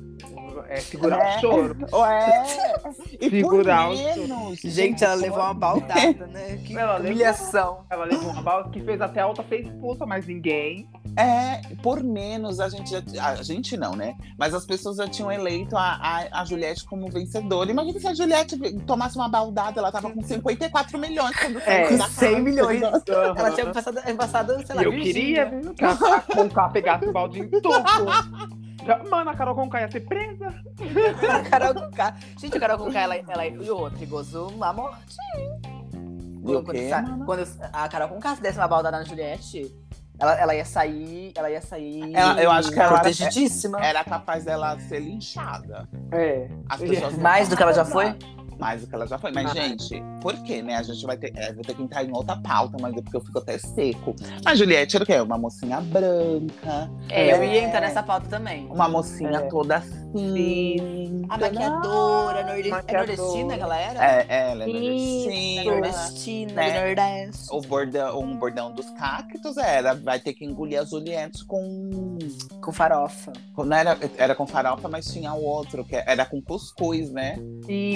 [SPEAKER 1] É, segurar
[SPEAKER 3] É.
[SPEAKER 1] o choro.
[SPEAKER 3] Ué! E
[SPEAKER 1] Segurar o
[SPEAKER 3] por menos,
[SPEAKER 4] Gente, ela levou uma baldada, né? Que
[SPEAKER 1] Ela levou-
[SPEAKER 4] humilhação.
[SPEAKER 1] Ela levou uma bala que fez até a outra ser expulsa, mas ninguém.
[SPEAKER 3] É, por menos a gente já. A gente não, né? Mas as pessoas já tinham eleito a, a, a Juliette como vencedora. Imagina se a Juliette tomasse uma baldada, ela tava com 54 milhões quando
[SPEAKER 1] É,
[SPEAKER 3] saiu da
[SPEAKER 4] com 100
[SPEAKER 3] casa.
[SPEAKER 4] milhões.
[SPEAKER 1] Aham.
[SPEAKER 4] Ela tinha passado, passado sei lá,
[SPEAKER 1] eu
[SPEAKER 4] Virgínia.
[SPEAKER 1] queria viu, que [laughs] a Carol Conká pegasse o balde em topo. Já- Mano, a Carol Conká ia ser presa.
[SPEAKER 4] A Carol Conká. Gente, a Carol Conká, ela, ela e outra, e gozou uma morte.
[SPEAKER 3] E o
[SPEAKER 4] Quando,
[SPEAKER 3] quê,
[SPEAKER 4] sa-
[SPEAKER 3] mana?
[SPEAKER 4] quando a Carol Conká se desse uma baldada na Juliette, ela, ela ia sair. Ela ia sair.
[SPEAKER 3] Ela- eu acho que ela-
[SPEAKER 4] protegidíssima.
[SPEAKER 3] Era capaz dela ser linchada.
[SPEAKER 1] É.
[SPEAKER 3] As pessoas não
[SPEAKER 4] Mais do que ela já foi?
[SPEAKER 3] Mais do que ela já foi. Mas,
[SPEAKER 1] Ah.
[SPEAKER 3] gente, por quê, né? A gente vai ter. é, vou ter que entrar em outra pauta, mas é porque eu fico até seco.
[SPEAKER 4] Hum.
[SPEAKER 3] A Juliette era o quê? Uma mocinha branca,
[SPEAKER 4] É, eu
[SPEAKER 3] É.
[SPEAKER 4] ia entrar nessa pauta também.
[SPEAKER 3] uma mocinha
[SPEAKER 1] É.
[SPEAKER 3] toda assim.
[SPEAKER 4] A maquiadora, norde- é
[SPEAKER 1] Maquiadora.
[SPEAKER 4] nordestina que ela era?
[SPEAKER 3] É, ela é
[SPEAKER 4] Isso,
[SPEAKER 3] nordestina.
[SPEAKER 4] nordestina,
[SPEAKER 3] É.
[SPEAKER 4] nordeste.
[SPEAKER 3] O bordão, um bordão dos cactos era. Vai ter que engolir a Juliette com.
[SPEAKER 4] Com farofa.
[SPEAKER 3] com- Não era, era com farofa, mas tinha o outro, que era com cuscuz, né?
[SPEAKER 1] E.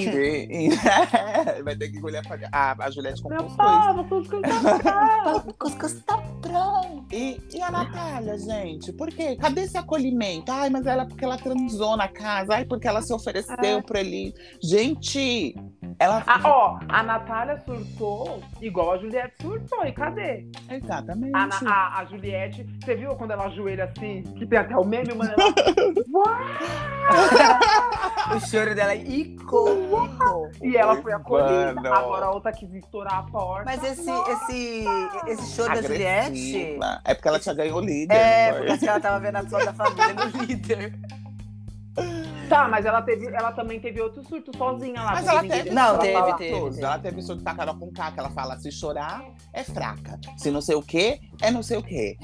[SPEAKER 3] E- [laughs] vai ter que engolir a, farofa- a, a Juliette com
[SPEAKER 1] Meu
[SPEAKER 3] cuscuz.
[SPEAKER 1] povo, tudo que eu tava.
[SPEAKER 4] Cuscuz tá pronto.
[SPEAKER 3] E, e a Natália, gente, por quê? Cadê esse acolhimento? Ai, mas ela porque ela transou na casa, ai, porque ela se
[SPEAKER 4] Ah.
[SPEAKER 3] ofereceu pra ele. Gente, ela.
[SPEAKER 1] Ah, ó, a Natália surtou igual a Juliette surtou. E cadê?
[SPEAKER 4] Ah,
[SPEAKER 3] Exatamente.
[SPEAKER 1] A, Na- a, a Juliette, você viu quando ela ajoelha assim, que tem até o meme, mano? Ela...
[SPEAKER 4] O choro dela é icônico.
[SPEAKER 1] e ela foi acolhida.
[SPEAKER 3] Mano.
[SPEAKER 1] Agora a outra quis estourar a porta.
[SPEAKER 4] Mas esse, esse, esse choro
[SPEAKER 3] Agressiva.
[SPEAKER 4] da Juliette.
[SPEAKER 3] É porque ela já ganhou o líder.
[SPEAKER 4] É,
[SPEAKER 3] amor.
[SPEAKER 4] porque assim, ela tava vendo a foto da família do líder.
[SPEAKER 1] Tá, mas ela, teve, ela também teve outro surto sozinha lá.
[SPEAKER 3] Mas
[SPEAKER 1] porque
[SPEAKER 3] ela
[SPEAKER 1] ninguém
[SPEAKER 3] teve.
[SPEAKER 1] deixou
[SPEAKER 4] Não,
[SPEAKER 1] ela
[SPEAKER 4] teve,
[SPEAKER 1] falar.
[SPEAKER 4] teve,
[SPEAKER 3] todos.
[SPEAKER 4] teve.
[SPEAKER 3] Ela teve isso de Carol com K, que ela fala: se chorar, é fraca. Se não sei o quê, é não sei o quê.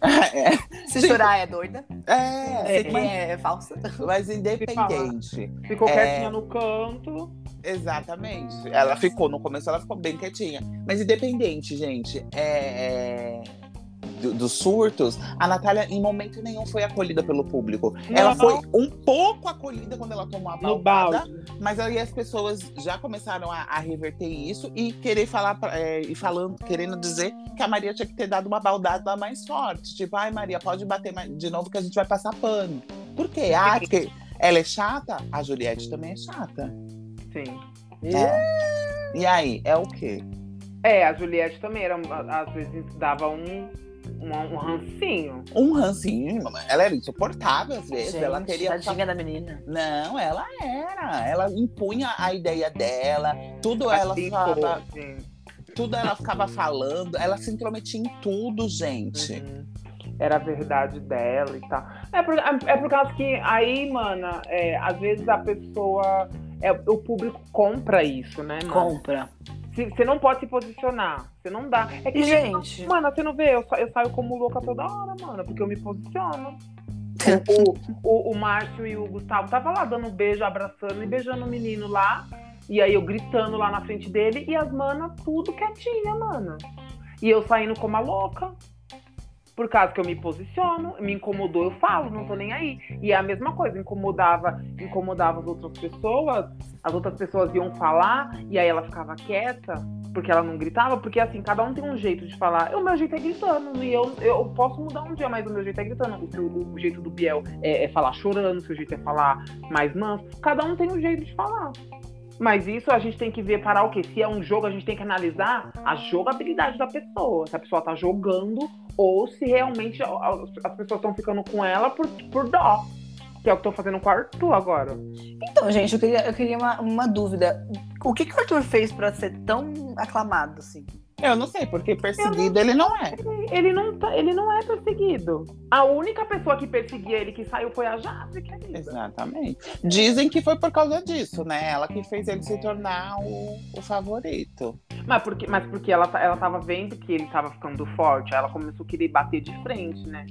[SPEAKER 3] É.
[SPEAKER 4] [laughs] Se
[SPEAKER 3] Sim.
[SPEAKER 4] chorar é doida.
[SPEAKER 3] É.
[SPEAKER 4] Se quem é, é falsa.
[SPEAKER 3] Mas independente.
[SPEAKER 1] Ficou
[SPEAKER 3] É.
[SPEAKER 1] quietinha no canto.
[SPEAKER 3] Exatamente. Ela ficou, no começo ela ficou bem quietinha. Mas independente, gente, é, é, do- dos surtos, a Natália em momento nenhum foi acolhida pelo público. Ela
[SPEAKER 1] Não.
[SPEAKER 3] foi um pouco acolhida quando ela tomou a
[SPEAKER 1] No
[SPEAKER 3] palpada,
[SPEAKER 1] balde.
[SPEAKER 3] mas aí as pessoas já começaram a, a reverter isso e querer falar pra- é, e falando, querendo dizer que a Maria tinha que ter dado uma baldada mais forte. Tipo, ai Maria, pode bater mais- de novo que a gente vai passar pano. Por quê? Ah, porque ela é chata? A Juliette também é chata.
[SPEAKER 1] Sim.
[SPEAKER 3] É. E aí, é o quê?
[SPEAKER 1] É, a Juliette também era, às vezes dava um, um, um rancinho.
[SPEAKER 3] Um rancinho, mamãe. ela era insuportável às vezes.
[SPEAKER 4] Gente,
[SPEAKER 3] ela queria.
[SPEAKER 4] tadinha da menina.
[SPEAKER 3] Não, ela era. Ela impunha a ideia dela, tudo ela,
[SPEAKER 1] Assim,
[SPEAKER 3] falava,
[SPEAKER 1] pô, assim.
[SPEAKER 3] tudo ela ficava falando, ela se intrometia em tudo, gente.
[SPEAKER 1] Uhum. Era a verdade dela e tal. É por, é por causa que aí, mana, é, às vezes a pessoa. é, o público compra isso, né, mano?
[SPEAKER 4] Compra.
[SPEAKER 1] Se- Você não pode se posicionar. Você não dá. É que,
[SPEAKER 4] E, gente,
[SPEAKER 1] Mano, você não vê? Eu, sa- eu saio como louca toda hora, mano, porque eu me posiciono. Tipo, o, o, o Márcio e o Gustavo tava lá dando um beijo, abraçando e beijando o menino lá. E aí eu gritando lá na frente dele e as manas tudo quietinha, mano. E eu saindo como a louca. Por causa que eu me posiciono, me incomodou, eu falo, não tô nem aí. E é a mesma coisa, incomodava, incomodava as outras pessoas, as outras pessoas iam falar, e aí ela ficava quieta, porque ela não gritava, porque assim, cada um tem um jeito de falar. O meu jeito é gritando, e eu, eu posso mudar um dia, mas o meu jeito é gritando. O, teu- o jeito do Biel é, é falar chorando, o seu jeito é falar mais manso. Cada um tem um jeito de falar. Mas isso a gente tem que ver para o quê? Se é um jogo, a gente tem que analisar a jogabilidade da pessoa. Se a pessoa tá jogando ou se realmente a- a- as pessoas estão ficando com ela por, por dó. Que é o que eu tô fazendo com o Arthur agora.
[SPEAKER 2] Então, gente, eu queria, eu queria uma, uma dúvida. O que, que o Arthur fez pra ser tão aclamado, assim?
[SPEAKER 3] Eu não sei, porque perseguido ele não é.
[SPEAKER 1] Ele não, tá- ele não é perseguido. A única pessoa que perseguia ele que saiu foi a Jade, é querida.
[SPEAKER 3] é. Exatamente. Dizem que foi por causa disso, né? Ela que fez ele se tornar o, o favorito.
[SPEAKER 1] Mas porque, mas porque ela, ta- ela tava vendo que ele tava ficando forte, aí ela começou a querer bater de frente, né?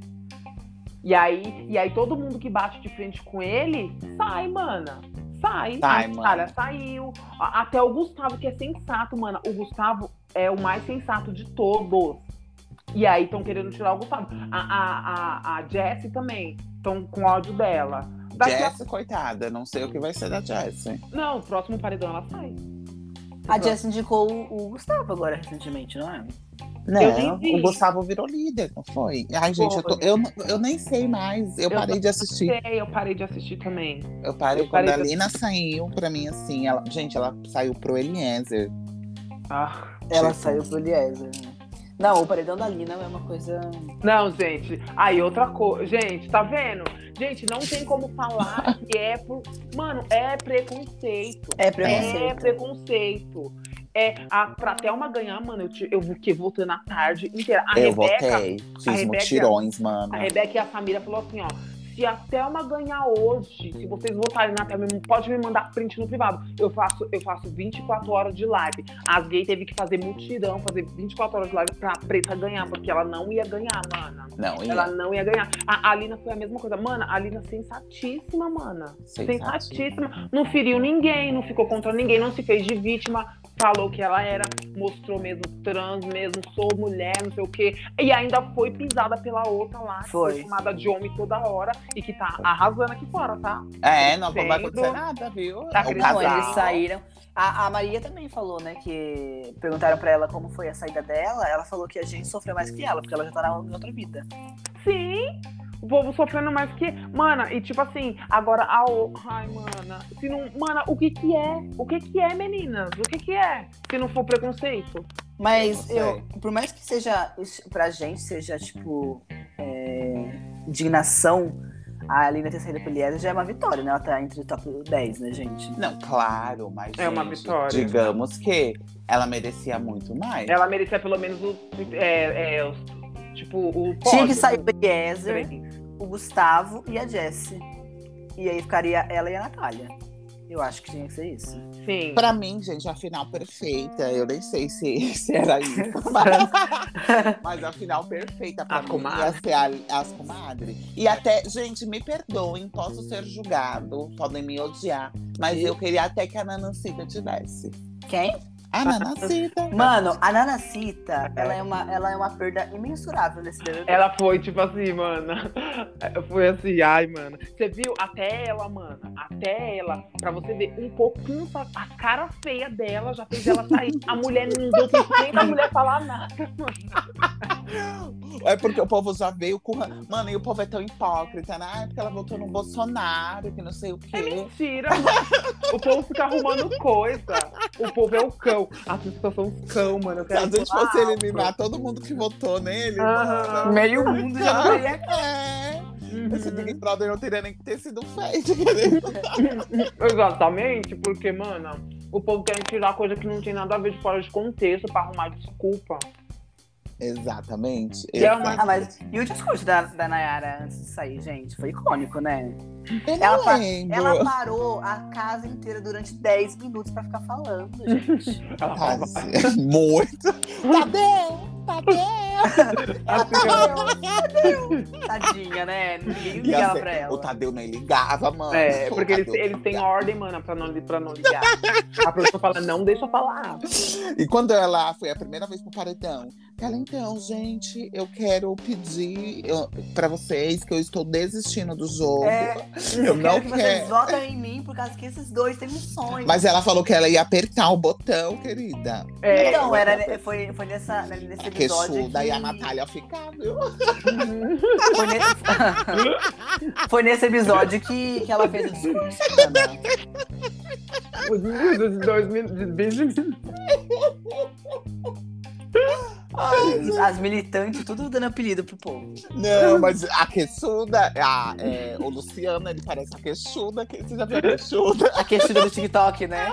[SPEAKER 1] E aí, e aí todo mundo que bate de frente com ele sai, mana. Sai.
[SPEAKER 3] Sai,
[SPEAKER 1] a
[SPEAKER 3] mana.
[SPEAKER 1] Natália saiu. A- Até o Gustavo, que é sensato, mana. O Gustavo é o mais sensato de todos. E aí estão querendo tirar o Gustavo. A, a, a, a Jessie também. Estão com ódio dela. Daqui a-
[SPEAKER 3] Jess, coitada, não sei o que vai ser da Jess.
[SPEAKER 1] Não, o próximo paredão ela sai.
[SPEAKER 4] Uhum.
[SPEAKER 2] A Jess indicou o, o Gustavo agora, recentemente, não é?
[SPEAKER 1] nem
[SPEAKER 3] Não,
[SPEAKER 1] vi.
[SPEAKER 3] o Gustavo virou líder, não foi? Ai, gente, eu, tô- eu, eu nem sei mais.
[SPEAKER 1] Eu
[SPEAKER 3] Eu parei de assistir.
[SPEAKER 1] Sei, eu parei de assistir também.
[SPEAKER 3] Eu parei,
[SPEAKER 1] Eu
[SPEAKER 3] quando
[SPEAKER 1] parei
[SPEAKER 3] a
[SPEAKER 1] de-
[SPEAKER 3] Lina saiu, pra mim, assim, ela, gente, ela saiu pro Eliezer.
[SPEAKER 1] Ah.
[SPEAKER 2] Ela
[SPEAKER 3] Sim.
[SPEAKER 2] saiu pro Eliezer. né? Não, o paredão da Lina é uma coisa.
[SPEAKER 1] Não, gente. Aí outra coisa. Gente, tá vendo? Gente, não tem como
[SPEAKER 2] [laughs]
[SPEAKER 1] falar que é por. Mano, é preconceito.
[SPEAKER 2] É
[SPEAKER 1] É
[SPEAKER 2] preconceito.
[SPEAKER 1] preconceito. É, a, pra Thelma ganhar, mano, eu, te- eu vou que votei na tarde inteira. A
[SPEAKER 3] eu
[SPEAKER 1] Rebeca,
[SPEAKER 3] votei, fiz
[SPEAKER 1] a Rebeca-
[SPEAKER 3] mutirões, mano.
[SPEAKER 1] a Rebeca e a Samira falou assim, ó. Se a Thelma ganhar hoje, se vocês votarem na Thelma, pode me mandar print no privado. Eu faço, eu faço 24 horas de live. As gay teve que fazer mutirão, fazer 24 horas de live pra preta ganhar, porque ela não ia ganhar, mana.
[SPEAKER 3] Não, e
[SPEAKER 1] Ela não ia ganhar. A Alina foi a mesma coisa. Mana, a Alina é sensatíssima, mana. Sensatíssima. Não feriu ninguém, não ficou contra ninguém, não se fez de vítima. Falou que ela era, mostrou mesmo trans mesmo, sou mulher, não sei o quê. E ainda foi pisada pela outra lá, que foi
[SPEAKER 2] Foi.
[SPEAKER 1] chamada de homem toda hora e que tá arrasando aqui fora, tá?
[SPEAKER 3] É, não, não vai
[SPEAKER 1] Sendo-
[SPEAKER 3] acontecer nada, viu?
[SPEAKER 1] Tá
[SPEAKER 3] É o
[SPEAKER 1] crescendo.
[SPEAKER 2] Não,
[SPEAKER 3] casal.
[SPEAKER 2] eles saíram. A, a Maria também falou, né? Que perguntaram pra ela como foi a saída dela. Ela falou que a gente sofreu mais que ela, porque ela já tá na, em outra vida.
[SPEAKER 1] Sim! O povo sofrendo mais que. Mana, e tipo assim, agora a. o- Ai, mana. Se não... Mana, o que que é? O que que é, meninas? O que que é? Se não for preconceito?
[SPEAKER 2] Mas
[SPEAKER 3] Eu não
[SPEAKER 2] eu, por mais que seja isso pra gente, seja tipo é, indignação, a Lina ter saído pro Eliezer já é uma vitória, né? Ela tá entre o top 10, né, gente?
[SPEAKER 3] Não, claro, mas.
[SPEAKER 1] É uma
[SPEAKER 3] gente,
[SPEAKER 1] vitória.
[SPEAKER 3] Digamos que ela merecia muito mais.
[SPEAKER 1] Ela merecia pelo menos o. É, é, os- tipo, o.
[SPEAKER 2] Tinha
[SPEAKER 1] pódio.
[SPEAKER 2] que sair o Eliezer, o Gustavo e a Jessie. E aí ficaria ela e a Natália. Eu acho que tinha que ser isso.
[SPEAKER 1] Sim.
[SPEAKER 3] Pra mim, gente, a final perfeita. Eu nem sei se, [laughs] se era isso, mas, [laughs] mas a final perfeita pra
[SPEAKER 1] As
[SPEAKER 3] mim
[SPEAKER 1] comadres.
[SPEAKER 3] ia ser a- as comadres. E até, gente, me perdoem, posso ser julgado, podem me odiar, mas eu queria até que a Nanancita tivesse.
[SPEAKER 2] Quem?
[SPEAKER 3] A Nanancita.
[SPEAKER 2] Mano, a Nanacita, ela é uma, ela é uma perda imensurável nesse BBB.
[SPEAKER 1] Ela foi, tipo assim, mano. [laughs] Foi assim, ai, mano. Você viu? Até ela, mano. Até ela. Pra você ver um pouquinho só. A cara feia dela já fez ela sair. A mulher não deu tempo nem da mulher falar nada.
[SPEAKER 3] É porque o povo já veio com. Mano, e o povo é tão hipócrita, né? Ah, é porque ela votou no Bolsonaro, que não sei o quê.
[SPEAKER 1] Mentira. mano. O povo fica arrumando coisa. O povo é o cão. As pessoas são os cão, mano. Eu
[SPEAKER 3] Se a
[SPEAKER 1] quero
[SPEAKER 3] gente
[SPEAKER 1] falar
[SPEAKER 3] fosse
[SPEAKER 1] alto.
[SPEAKER 3] eliminar todo mundo que votou nele,
[SPEAKER 1] Aham.
[SPEAKER 3] mano.
[SPEAKER 2] é Meio mundo já não teria.
[SPEAKER 3] É. Esse
[SPEAKER 1] Uhum.
[SPEAKER 3] Big Brother não teria nem que ter sido feito.
[SPEAKER 1] Exatamente, porque, mano, o povo quer tirar coisa que não tem nada a ver de fora de contexto pra arrumar desculpa.
[SPEAKER 3] [laughs] Exatamente.
[SPEAKER 1] Que é uma-
[SPEAKER 3] exatamente.
[SPEAKER 2] Ah, mas e o discurso da, da Nayara antes de sair, gente? Foi icônico, né?
[SPEAKER 3] Eu
[SPEAKER 2] ela
[SPEAKER 3] não
[SPEAKER 2] pa-
[SPEAKER 3] lembro.
[SPEAKER 2] Ela
[SPEAKER 3] [laughs]
[SPEAKER 2] parou a casa inteira durante 10 minutos pra ficar falando, gente.
[SPEAKER 1] Ela
[SPEAKER 3] Tá,
[SPEAKER 1] fala,
[SPEAKER 3] assim, [laughs] Muito. Tadeu! [laughs]
[SPEAKER 1] [laughs]
[SPEAKER 3] Tadeu!
[SPEAKER 1] ela fica-
[SPEAKER 2] Tadinha, né? Ninguém
[SPEAKER 3] E
[SPEAKER 2] ligava
[SPEAKER 3] assim,
[SPEAKER 2] pra ela.
[SPEAKER 3] O Tadeu nem ligava, mano.
[SPEAKER 1] É,
[SPEAKER 3] O
[SPEAKER 1] porque eles,
[SPEAKER 3] Tadeu não
[SPEAKER 1] eles têm
[SPEAKER 3] ligava.
[SPEAKER 1] ordem, mana, pra não, pra não ligar. A professora fala, não deixa eu falar.
[SPEAKER 3] E quando ela foi a primeira vez pro paredão, ela, então, gente, eu quero pedir eu, pra vocês que eu estou desistindo do jogo.
[SPEAKER 2] É,
[SPEAKER 3] eu não
[SPEAKER 2] quero que vocês
[SPEAKER 3] quero.
[SPEAKER 2] votem em mim, por causa que esses dois têm um sonho.
[SPEAKER 3] Mas ela falou que ela ia apertar o botão, querida.
[SPEAKER 1] É, [laughs]
[SPEAKER 2] então, era, foi, foi nessa, né, nesse
[SPEAKER 3] A
[SPEAKER 2] episódio.
[SPEAKER 3] queixuda
[SPEAKER 2] que-
[SPEAKER 3] e a Natália ficar, viu?
[SPEAKER 2] [laughs] Foi nesse, foi nesse [laughs] episódio que, que ela fez né? o discurso. Ana.
[SPEAKER 1] os dos dois minutos.
[SPEAKER 2] As militantes, tudo dando apelido pro povo. [laughs]
[SPEAKER 3] Não, mas a queixuda, a, é, o Luciano, ele parece a queixuda. Que, você já viu a queixuda?
[SPEAKER 2] A questão do TikTok, né?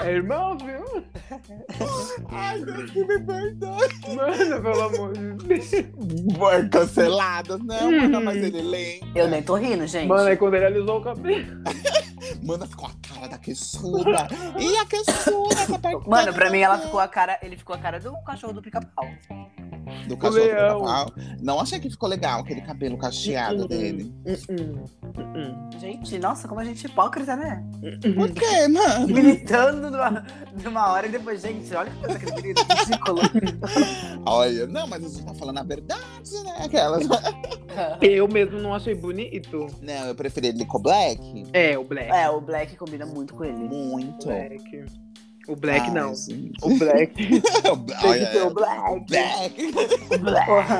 [SPEAKER 1] É irmão, viu?
[SPEAKER 3] Ai, Deus, que me perdoe.
[SPEAKER 1] Mano, pelo amor de Deus.
[SPEAKER 3] Foi canceladas, não,
[SPEAKER 2] Uhum.
[SPEAKER 3] mana, mas ele lembra.
[SPEAKER 2] Eu nem tô rindo, gente.
[SPEAKER 1] Mano, é aí quando ele alisou o cabelo.
[SPEAKER 3] Mana ficou a cara da queixuda. E a tá
[SPEAKER 2] [laughs]
[SPEAKER 3] queixuda, essa parte.
[SPEAKER 2] Mano, pra mim ela ficou a cara. Ele ficou a cara do cachorro do pica-pau.
[SPEAKER 3] do cachorro do
[SPEAKER 1] leão.
[SPEAKER 3] cavalo. Não achei que ficou legal aquele cabelo cacheado
[SPEAKER 2] Uhum.
[SPEAKER 3] dele.
[SPEAKER 1] Hum, hum,
[SPEAKER 2] Gente, nossa, como a gente é hipócrita, né?
[SPEAKER 3] Por quê, mano?
[SPEAKER 2] Militando numa, numa hora e depois, gente, olha que coisa aquele menino é ridículo.
[SPEAKER 3] Olha, não, mas a gente tá falando a verdade, né? Aquelas.
[SPEAKER 1] Eu mesmo não achei bonito.
[SPEAKER 3] Não, eu preferi ele com black.
[SPEAKER 1] É, o Black.
[SPEAKER 2] É, o Black combina muito com ele.
[SPEAKER 1] O
[SPEAKER 3] Muito.
[SPEAKER 1] Black. O Black
[SPEAKER 3] Ai,
[SPEAKER 1] não.
[SPEAKER 3] gente.
[SPEAKER 1] Ah,
[SPEAKER 3] [laughs]
[SPEAKER 1] O Black.
[SPEAKER 2] Tem que
[SPEAKER 3] Olha,
[SPEAKER 2] ter um o Black.
[SPEAKER 3] black.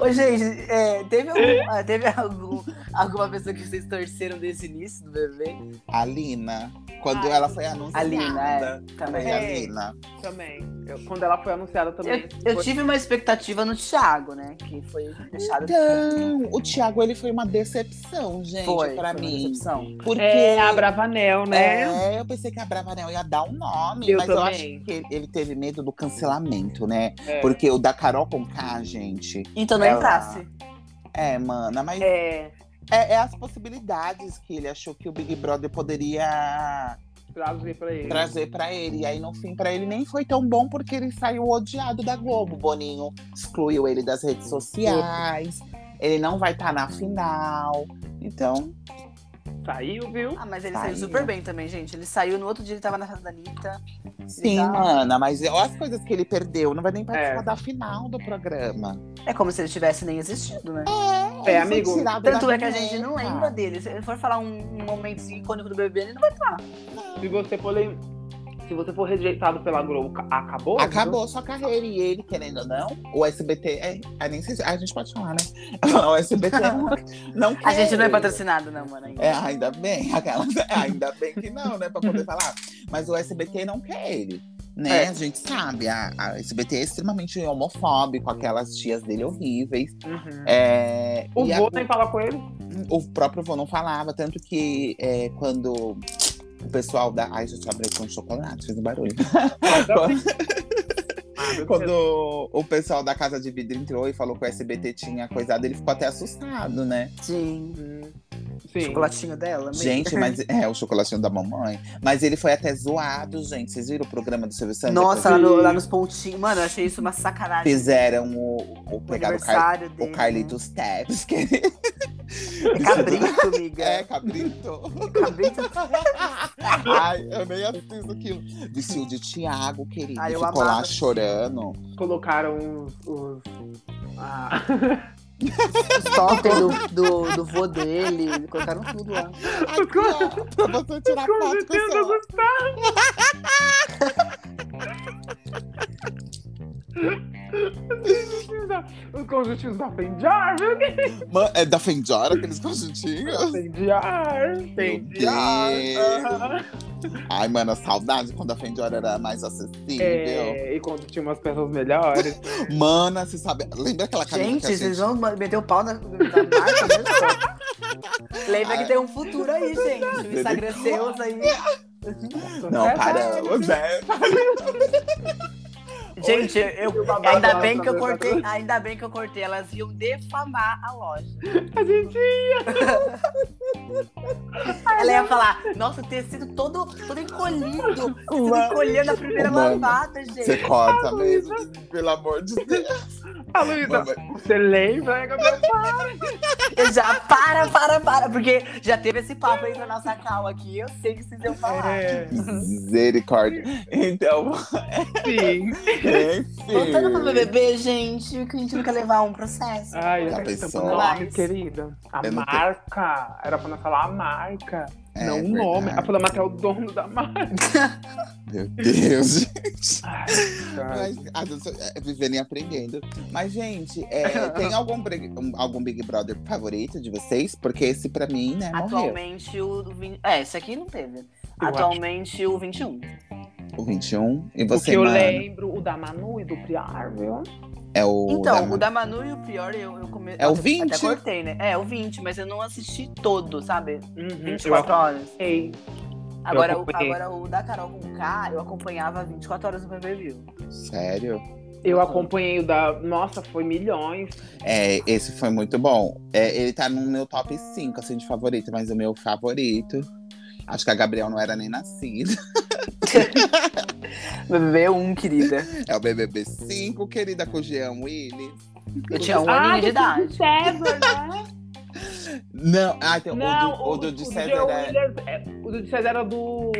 [SPEAKER 2] Ô, gente, é, teve, algum, ah, teve algum- alguma pessoa que vocês torceram desse início do bebê?
[SPEAKER 3] A Lina. Quando
[SPEAKER 1] Ai,
[SPEAKER 3] ela foi anunciada.
[SPEAKER 2] A Lina, Ah, é, também.
[SPEAKER 3] Foi a
[SPEAKER 1] É.
[SPEAKER 3] Lina.
[SPEAKER 1] [laughs] Também. Eu- quando ela foi anunciada também.
[SPEAKER 2] Eu, eu tive uma expectativa no Thiago, né? Que foi deixado
[SPEAKER 3] Então, o Thiago, ele foi uma decepção, gente,
[SPEAKER 2] foi,
[SPEAKER 3] pra
[SPEAKER 2] foi uma
[SPEAKER 3] mim.
[SPEAKER 2] decepção.
[SPEAKER 3] Porque
[SPEAKER 1] É, a Bravanel, né?
[SPEAKER 3] É, eu pensei que a Bravanel ia dar um nome,
[SPEAKER 1] Eu
[SPEAKER 3] mas eu
[SPEAKER 1] também.
[SPEAKER 3] acho que ele- ele teve medo do cancelamento, né?
[SPEAKER 1] É.
[SPEAKER 3] Porque o da Carol Conká, gente.
[SPEAKER 2] Então não
[SPEAKER 3] Ela-
[SPEAKER 2] entrasse.
[SPEAKER 3] É, mana, mas é.
[SPEAKER 1] É,
[SPEAKER 3] é as possibilidades que ele achou que o Big Brother poderia
[SPEAKER 1] trazer pra ele.
[SPEAKER 3] trazer pra ele. E aí, no fim, pra ele nem foi tão bom porque ele saiu odiado da Globo. Boninho excluiu ele das redes sociais. Ele não vai estar na final. Então,
[SPEAKER 1] Saiu, viu?
[SPEAKER 2] Ah, mas ele
[SPEAKER 3] Saiu.
[SPEAKER 2] saiu super bem também, gente. Ele saiu, no outro dia ele tava na casa da Anitta.
[SPEAKER 3] sim,
[SPEAKER 2] tá-
[SPEAKER 3] mana, mas olha as coisas que ele perdeu. Não vai nem participar da final do programa.
[SPEAKER 2] É como se ele tivesse nem existido, né?
[SPEAKER 1] É,
[SPEAKER 3] Ele foi
[SPEAKER 1] amigo.
[SPEAKER 3] tirado
[SPEAKER 2] Tanto
[SPEAKER 3] da
[SPEAKER 2] é que a gente não
[SPEAKER 3] reta.
[SPEAKER 2] lembra dele. Se ele for falar um, um momento icônico do bebê, ele não vai estar.
[SPEAKER 1] Se você for lem- se você for rejeitado pela Globo, ca- acabou?
[SPEAKER 3] Acabou sua carreira e ele, querendo ou não, o SBT. É, ah, nem sei se- ah, a gente pode falar, né? [laughs] O
[SPEAKER 2] [laughs]
[SPEAKER 3] SBT não, não quer.
[SPEAKER 2] A gente não é
[SPEAKER 3] ele.
[SPEAKER 2] patrocinado, não, mano. ainda.
[SPEAKER 3] É, ainda bem, [laughs] aquelas, ainda bem que não, né? Pra poder falar. Mas o SBT não quer ele. Né?
[SPEAKER 1] É.
[SPEAKER 3] A gente sabe, a, a SBT é extremamente homofóbico, aquelas tias dele horríveis.
[SPEAKER 1] Uhum.
[SPEAKER 3] É,
[SPEAKER 1] O
[SPEAKER 3] e a-
[SPEAKER 1] vô nem fala com ele?
[SPEAKER 3] o próprio vô não falava, tanto que é, quando o pessoal da. Ai, gente, abriu com chocolate, fez um barulho.
[SPEAKER 1] Ah, meu Deus.
[SPEAKER 3] [laughs] Quando o pessoal da Casa de Vidro entrou e falou que o SBT tinha coisado, ele ficou até assustado, né?
[SPEAKER 2] Sim.
[SPEAKER 1] Sim.
[SPEAKER 2] Chocolatinho dela. meio- [laughs]
[SPEAKER 3] Gente, mas é o chocolatinho da mamãe. Mas ele foi até zoado, gente. Vocês viram o programa do Silvio Santos?
[SPEAKER 2] Nossa, lá,
[SPEAKER 3] Depois
[SPEAKER 2] no- lá nos pontinhos. Mano, eu achei isso uma sacanagem.
[SPEAKER 3] Fizeram o. o
[SPEAKER 2] O
[SPEAKER 3] pegaram o, Car...
[SPEAKER 2] aniversário
[SPEAKER 3] o
[SPEAKER 2] dele.
[SPEAKER 3] Carlitos Steps. Que...
[SPEAKER 2] né? Cabrito, amiga. É
[SPEAKER 3] É, cabrito.
[SPEAKER 2] [laughs]
[SPEAKER 3] [laughs]
[SPEAKER 2] Cabrito.
[SPEAKER 3] Ai, eu nem assisto aquilo. Vestiu de Tiago, querido.
[SPEAKER 2] Ai, eu
[SPEAKER 3] Ficou lá
[SPEAKER 2] amava.
[SPEAKER 3] chorando.
[SPEAKER 1] Colocaram os. os- ah,
[SPEAKER 2] Os totem do, do, do vô dele. Colocaram tudo lá.
[SPEAKER 3] Aqui, ó, pra você tirar
[SPEAKER 1] com [laughs]
[SPEAKER 3] foto com o
[SPEAKER 1] certeza,
[SPEAKER 3] seu
[SPEAKER 1] Gustavo. Os conjuntinhos da Fendiar, viu?
[SPEAKER 3] Mano, é da Fendiora, aqueles conjuntinhos.
[SPEAKER 1] Fendiar, Fendiar.
[SPEAKER 3] Deus.
[SPEAKER 1] aham.
[SPEAKER 3] Ai, mano, a saudade quando a Fendiora era mais acessível.
[SPEAKER 1] É, e quando tinha umas peças melhores.
[SPEAKER 3] Mana, você sabe. Lembra aquela camisa
[SPEAKER 2] Gente,
[SPEAKER 3] que a gente...
[SPEAKER 2] vocês vão meter o pau na, na marca
[SPEAKER 3] Ah, é
[SPEAKER 2] mesmo? Lembra que tem um futuro aí, gente. O Instagram seus aí.
[SPEAKER 3] Não, paramos, né?
[SPEAKER 2] Gente, eu,
[SPEAKER 1] Eu babava
[SPEAKER 2] ainda
[SPEAKER 1] lá
[SPEAKER 2] bem que eu
[SPEAKER 1] pra ver
[SPEAKER 2] cortei. Ainda bem que eu cortei. Elas iam defamar a loja.
[SPEAKER 1] A gente
[SPEAKER 2] Ela ia falar, nossa, o tecido todo, todo encolhido. Tudo
[SPEAKER 3] Mano.
[SPEAKER 2] encolhendo a primeira
[SPEAKER 3] Mano.
[SPEAKER 2] lavada, gente.
[SPEAKER 3] Você corta
[SPEAKER 2] Tá
[SPEAKER 3] mesmo,
[SPEAKER 2] então.
[SPEAKER 3] pelo amor de Deus.
[SPEAKER 1] A Luísa,
[SPEAKER 3] Mamãe.
[SPEAKER 1] você lembra? É que eu-
[SPEAKER 3] [laughs]
[SPEAKER 2] Eu já para, para, para, porque já teve esse papo aí na nossa calma aqui. Eu sei que vocês iam falar.
[SPEAKER 1] É,
[SPEAKER 3] Misericórdia.
[SPEAKER 2] [laughs]
[SPEAKER 3] Então,
[SPEAKER 1] sim.
[SPEAKER 2] Voltando pro
[SPEAKER 3] enfim.
[SPEAKER 2] BBB, gente, que a gente não quer levar um processo.
[SPEAKER 1] Ai,
[SPEAKER 3] Já
[SPEAKER 1] a gente tá
[SPEAKER 3] pensou?
[SPEAKER 1] falando nome, querida. A
[SPEAKER 3] Eu não tenho-
[SPEAKER 1] marca. Era pra nós falar a marca,
[SPEAKER 3] É
[SPEAKER 1] não o nome. A
[SPEAKER 3] verdade.
[SPEAKER 1] problema é o dono da marca.
[SPEAKER 3] Meu Deus, gente.
[SPEAKER 1] [laughs] Ai, cara.
[SPEAKER 3] Mas, às vezes, é, viverem aprendendo. Mas, gente,
[SPEAKER 2] [laughs]
[SPEAKER 3] é, tem algum, bre- um- algum Big Brother favorito de vocês? Porque esse, pra mim, né, morreu.
[SPEAKER 2] Atualmente o. vin- É, esse aqui não teve.
[SPEAKER 1] Ah, Eu
[SPEAKER 2] Atualmente o 21.
[SPEAKER 3] O 21. E
[SPEAKER 1] O
[SPEAKER 3] você, é
[SPEAKER 1] que eu
[SPEAKER 3] Manu?
[SPEAKER 1] lembro, o da Manu e do Priar,
[SPEAKER 2] Uhum,
[SPEAKER 1] viu?
[SPEAKER 3] É o.
[SPEAKER 2] Então,
[SPEAKER 3] da-
[SPEAKER 2] o da Manu e o pior eu, eu comecei.
[SPEAKER 3] É o
[SPEAKER 2] Até
[SPEAKER 3] 20?
[SPEAKER 2] cortei, né? É, o 20, mas eu não assisti todo, sabe?
[SPEAKER 1] Uhum, eu
[SPEAKER 2] 24 horas.
[SPEAKER 1] acompanhei.
[SPEAKER 2] Agora, o,
[SPEAKER 1] acompanhei.
[SPEAKER 2] agora o da Carol com K, eu acompanhava 24 horas no pay-per-view.
[SPEAKER 3] Sério?
[SPEAKER 1] Eu acompanhei o da. Nossa, foi milhões.
[SPEAKER 3] É, esse foi muito bom. É, ele tá no meu top 5, assim, de favorito, mas o meu favorito. Acho que a Gabriel não era nem nascida. [laughs]
[SPEAKER 2] BBB 1, querida.
[SPEAKER 3] É o BBB 5, querida, com o Jean Willis.
[SPEAKER 2] Eu tinha um
[SPEAKER 1] Ah,
[SPEAKER 2] aninho de
[SPEAKER 1] do
[SPEAKER 2] idade.
[SPEAKER 1] César, né?
[SPEAKER 3] Não, ah, tem
[SPEAKER 1] Não,
[SPEAKER 3] [laughs] o do, o do de
[SPEAKER 1] o
[SPEAKER 3] César
[SPEAKER 1] Jean
[SPEAKER 3] é,
[SPEAKER 1] Williams, é, o do de César era do.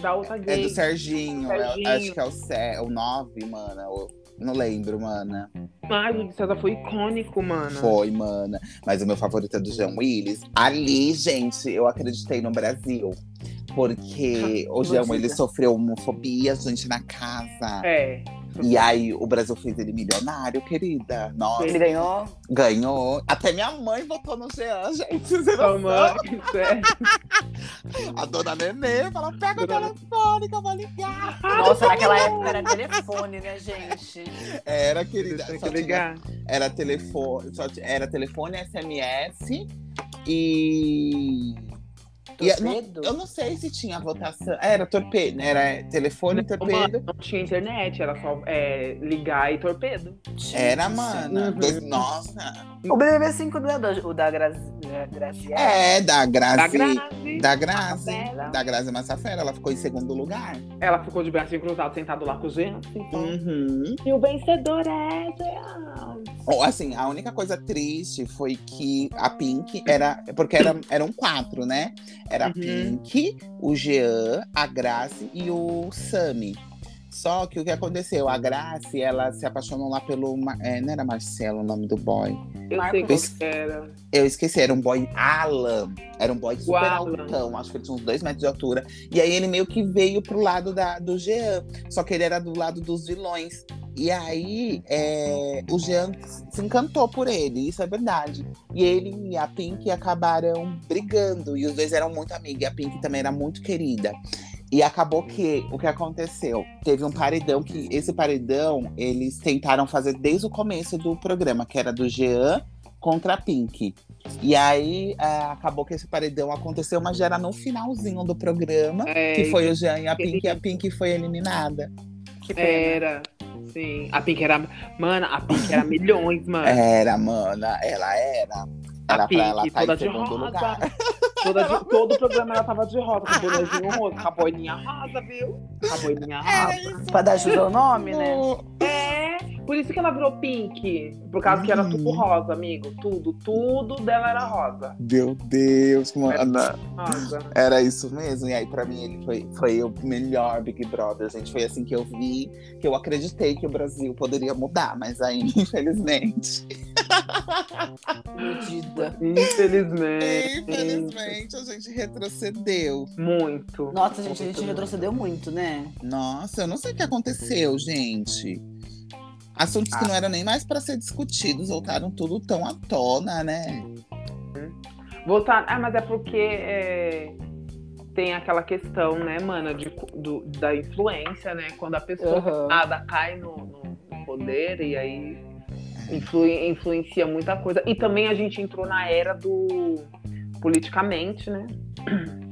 [SPEAKER 1] Da outra
[SPEAKER 3] é
[SPEAKER 1] gay.
[SPEAKER 3] do Serginho. é-
[SPEAKER 1] Serginho.
[SPEAKER 3] acho que é o, Cé, é o 9, mana. o- não lembro, mana.
[SPEAKER 1] Ai, o do de César foi icônico, mano.
[SPEAKER 3] Foi, mana. Mas o meu favorito é do Jean Willis. Ali, gente, eu acreditei no Brasil. Porque o Jean
[SPEAKER 2] Bandida.
[SPEAKER 3] Willis sofreu homofobia, gente, na casa.
[SPEAKER 1] É.
[SPEAKER 3] E aí, o Brasil fez ele milionário, querida. Nossa,
[SPEAKER 2] Ele ganhou.
[SPEAKER 3] ganhou. Até minha mãe votou no Jean, [laughs] gente. Você
[SPEAKER 1] Sua
[SPEAKER 3] não
[SPEAKER 1] mãe, [laughs] sério.
[SPEAKER 3] A dona Nenê fala: pega
[SPEAKER 1] Dona-
[SPEAKER 3] o telefone que eu vou ligar.
[SPEAKER 2] Nossa, naquela época era telefone, né, gente?
[SPEAKER 3] Era,
[SPEAKER 1] Você
[SPEAKER 3] querida.
[SPEAKER 1] tem
[SPEAKER 3] Só
[SPEAKER 1] que
[SPEAKER 3] tinha,
[SPEAKER 1] ligar.
[SPEAKER 3] era telefone, só ti- era telefone, SMS e. e a- não-
[SPEAKER 2] Torpedo?
[SPEAKER 3] eu não sei se tinha votação. Era torpedo, né? era telefone e torpedo.
[SPEAKER 1] Não tinha internet, era só é, ligar e torpedo.
[SPEAKER 3] Era, mana.
[SPEAKER 1] Uhum.
[SPEAKER 3] Dois- nossa.
[SPEAKER 2] O BBB 5 não é do- o da Grazi- da Graziella.
[SPEAKER 3] É, da
[SPEAKER 1] Da
[SPEAKER 3] Grazi.
[SPEAKER 1] Grazi.
[SPEAKER 3] Da Grazi.
[SPEAKER 1] Massafera.
[SPEAKER 3] Da Grazi Massafera. Ela ficou em segundo lugar.
[SPEAKER 1] Ela ficou de bracinho cruzado, sentado lá com o Jean.
[SPEAKER 3] Uhum.
[SPEAKER 1] E o vencedor é Jean.
[SPEAKER 3] Ou, Assim, a única coisa triste foi que a Pink era. Porque era, eram quatro, né? Era a
[SPEAKER 1] Uhum.
[SPEAKER 3] Pink, o Jean, a Grace e o Sami. Só que o que aconteceu? A Grace, ela se apaixonou lá pelo. Ma- é, não era Marcelo o nome do boy.
[SPEAKER 1] Eu sei
[SPEAKER 2] Marcos.
[SPEAKER 1] qual que era.
[SPEAKER 3] Eu esqueci, era um boy Alan. Era um boy super
[SPEAKER 1] Alan.
[SPEAKER 3] altão, acho que ele tinha uns dois metros de altura. E aí ele meio que veio pro lado da, do Jean, só que ele era do lado dos vilões. E aí é, o Jean se encantou por ele, isso é verdade. E ele e a Pink acabaram brigando, e os dois eram muito amigos, e a Pink também era muito querida. E acabou que o que aconteceu? Teve um paredão que esse paredão eles tentaram fazer desde o começo do programa, que era do Jean contra a Pink. E aí ah, acabou que esse paredão aconteceu, mas já era no finalzinho do programa,
[SPEAKER 1] É,
[SPEAKER 3] que foi o Jean e a
[SPEAKER 1] ele-
[SPEAKER 3] Pink, e a Pink foi eliminada.
[SPEAKER 2] Que pena.
[SPEAKER 1] Era. Sim. A Pink era. Mano, a Pink era milhões, mano.
[SPEAKER 3] Era, mana, ela era. É, Era pra ela
[SPEAKER 1] É. Pink,
[SPEAKER 3] estar
[SPEAKER 1] toda
[SPEAKER 3] em
[SPEAKER 1] de
[SPEAKER 3] segundo
[SPEAKER 1] rosa.
[SPEAKER 3] lugar.
[SPEAKER 1] Toda de- todo o programa ela tava de rosa, com o bonezinho rosa, com a boininha rosa, viu? Com a boininha
[SPEAKER 3] É,
[SPEAKER 1] rosa.
[SPEAKER 2] Pra dar ajuda ao nome, né?
[SPEAKER 1] É, por isso que ela virou pink. Por causa que era tudo
[SPEAKER 3] Uhum.
[SPEAKER 1] rosa, amigo. Tudo, tudo dela era rosa.
[SPEAKER 3] Meu Deus, mana.
[SPEAKER 1] Rosa.
[SPEAKER 3] Era isso mesmo. E aí, pra mim, ele foi, foi o melhor Big Brother, gente. Foi assim que eu vi, que eu acreditei que o Brasil poderia mudar, mas aí, [laughs] infelizmente.
[SPEAKER 2] Medida.
[SPEAKER 1] Infelizmente.
[SPEAKER 3] Infelizmente, a gente retrocedeu.
[SPEAKER 1] Muito.
[SPEAKER 2] Nossa, gente, a gente
[SPEAKER 1] Muito.
[SPEAKER 2] retrocedeu muito, né?
[SPEAKER 3] Nossa, eu não sei o que aconteceu, gente. Assuntos que não eram nem mais pra ser discutidos, voltaram tudo tão à tona, né?
[SPEAKER 1] Voltar. Ah, mas é porque é, tem aquela questão, né, mana, de, do- da influência, né? Quando a pessoa
[SPEAKER 2] Aham.
[SPEAKER 1] nada cai no, no- no poder e aí influi- influencia muita coisa. E também a gente entrou na era do politicamente, né?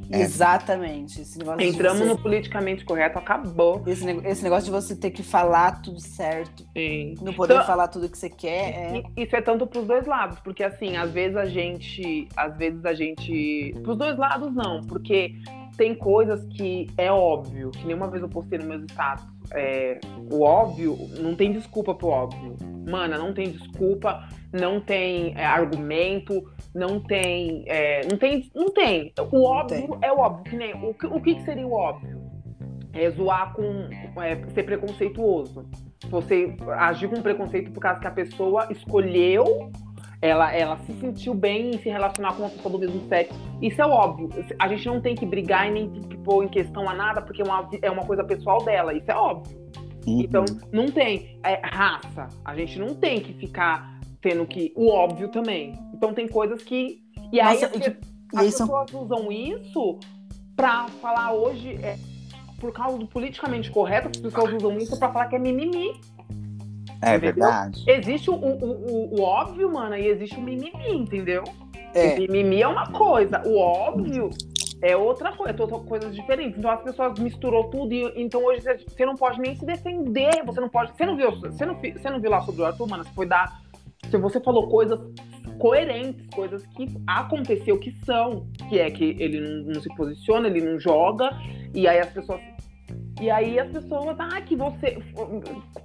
[SPEAKER 3] É.
[SPEAKER 4] Exatamente. Esse negócio de
[SPEAKER 1] Entramos
[SPEAKER 4] você-
[SPEAKER 1] no politicamente correto, acabou.
[SPEAKER 4] esse, nego- esse negócio de você ter que falar tudo certo,
[SPEAKER 1] Sim.
[SPEAKER 4] não poder
[SPEAKER 1] Então-
[SPEAKER 4] falar tudo que você quer, é.
[SPEAKER 1] E Isso é tanto pros dois lados, porque assim, às vezes a gente, às vezes a gente, pros dois lados não, porque tem coisas que é óbvio, que nenhuma vez eu postei no meus status, é, o óbvio, não tem desculpa pro óbvio. Mana, não tem desculpa, não tem é, argumento, não tem, é, não tem, não tem. O óbvio é o óbvio, que nem, o, que- o que que seria o óbvio? É zoar com, é, ser preconceituoso você agir com preconceito por causa que a pessoa escolheu, ela, ela se sentiu bem em se relacionar com uma pessoa do mesmo sexo. Isso é óbvio. A gente não tem que brigar e nem tem que pôr em questão a nada, porque é uma, é uma coisa pessoal dela. Isso é óbvio.
[SPEAKER 3] Uhum.
[SPEAKER 1] Então,
[SPEAKER 4] Uhum.
[SPEAKER 1] não tem é, raça. A gente não tem que ficar tendo que. O óbvio também. Então, tem coisas que. E aí,
[SPEAKER 4] Nossa,
[SPEAKER 1] as
[SPEAKER 4] e
[SPEAKER 1] pe-
[SPEAKER 4] E
[SPEAKER 1] as
[SPEAKER 4] aí são.
[SPEAKER 1] pessoas usam isso pra falar hoje. é, por causa do politicamente correto, as pessoas usam isso pra falar que é mimimi.
[SPEAKER 3] é
[SPEAKER 1] entendeu?
[SPEAKER 3] verdade.
[SPEAKER 1] Existe o, o- o- o óbvio, mano, e existe o mimimi, entendeu? O
[SPEAKER 4] É,
[SPEAKER 1] mimimi é uma coisa, o óbvio é outra coisa, é to- coisas diferentes. Então as pessoas misturou tudo e então hoje você- você não pode nem se defender, você não pode, você não viu, você não, fi- você não viu lá sobre o Arthur, mano, você foi dar, se você falou coisas coerentes, coisas que aconteceu que são, que é que ele não, não se posiciona, ele não joga e aí as pessoas e aí as pessoas, ah, que você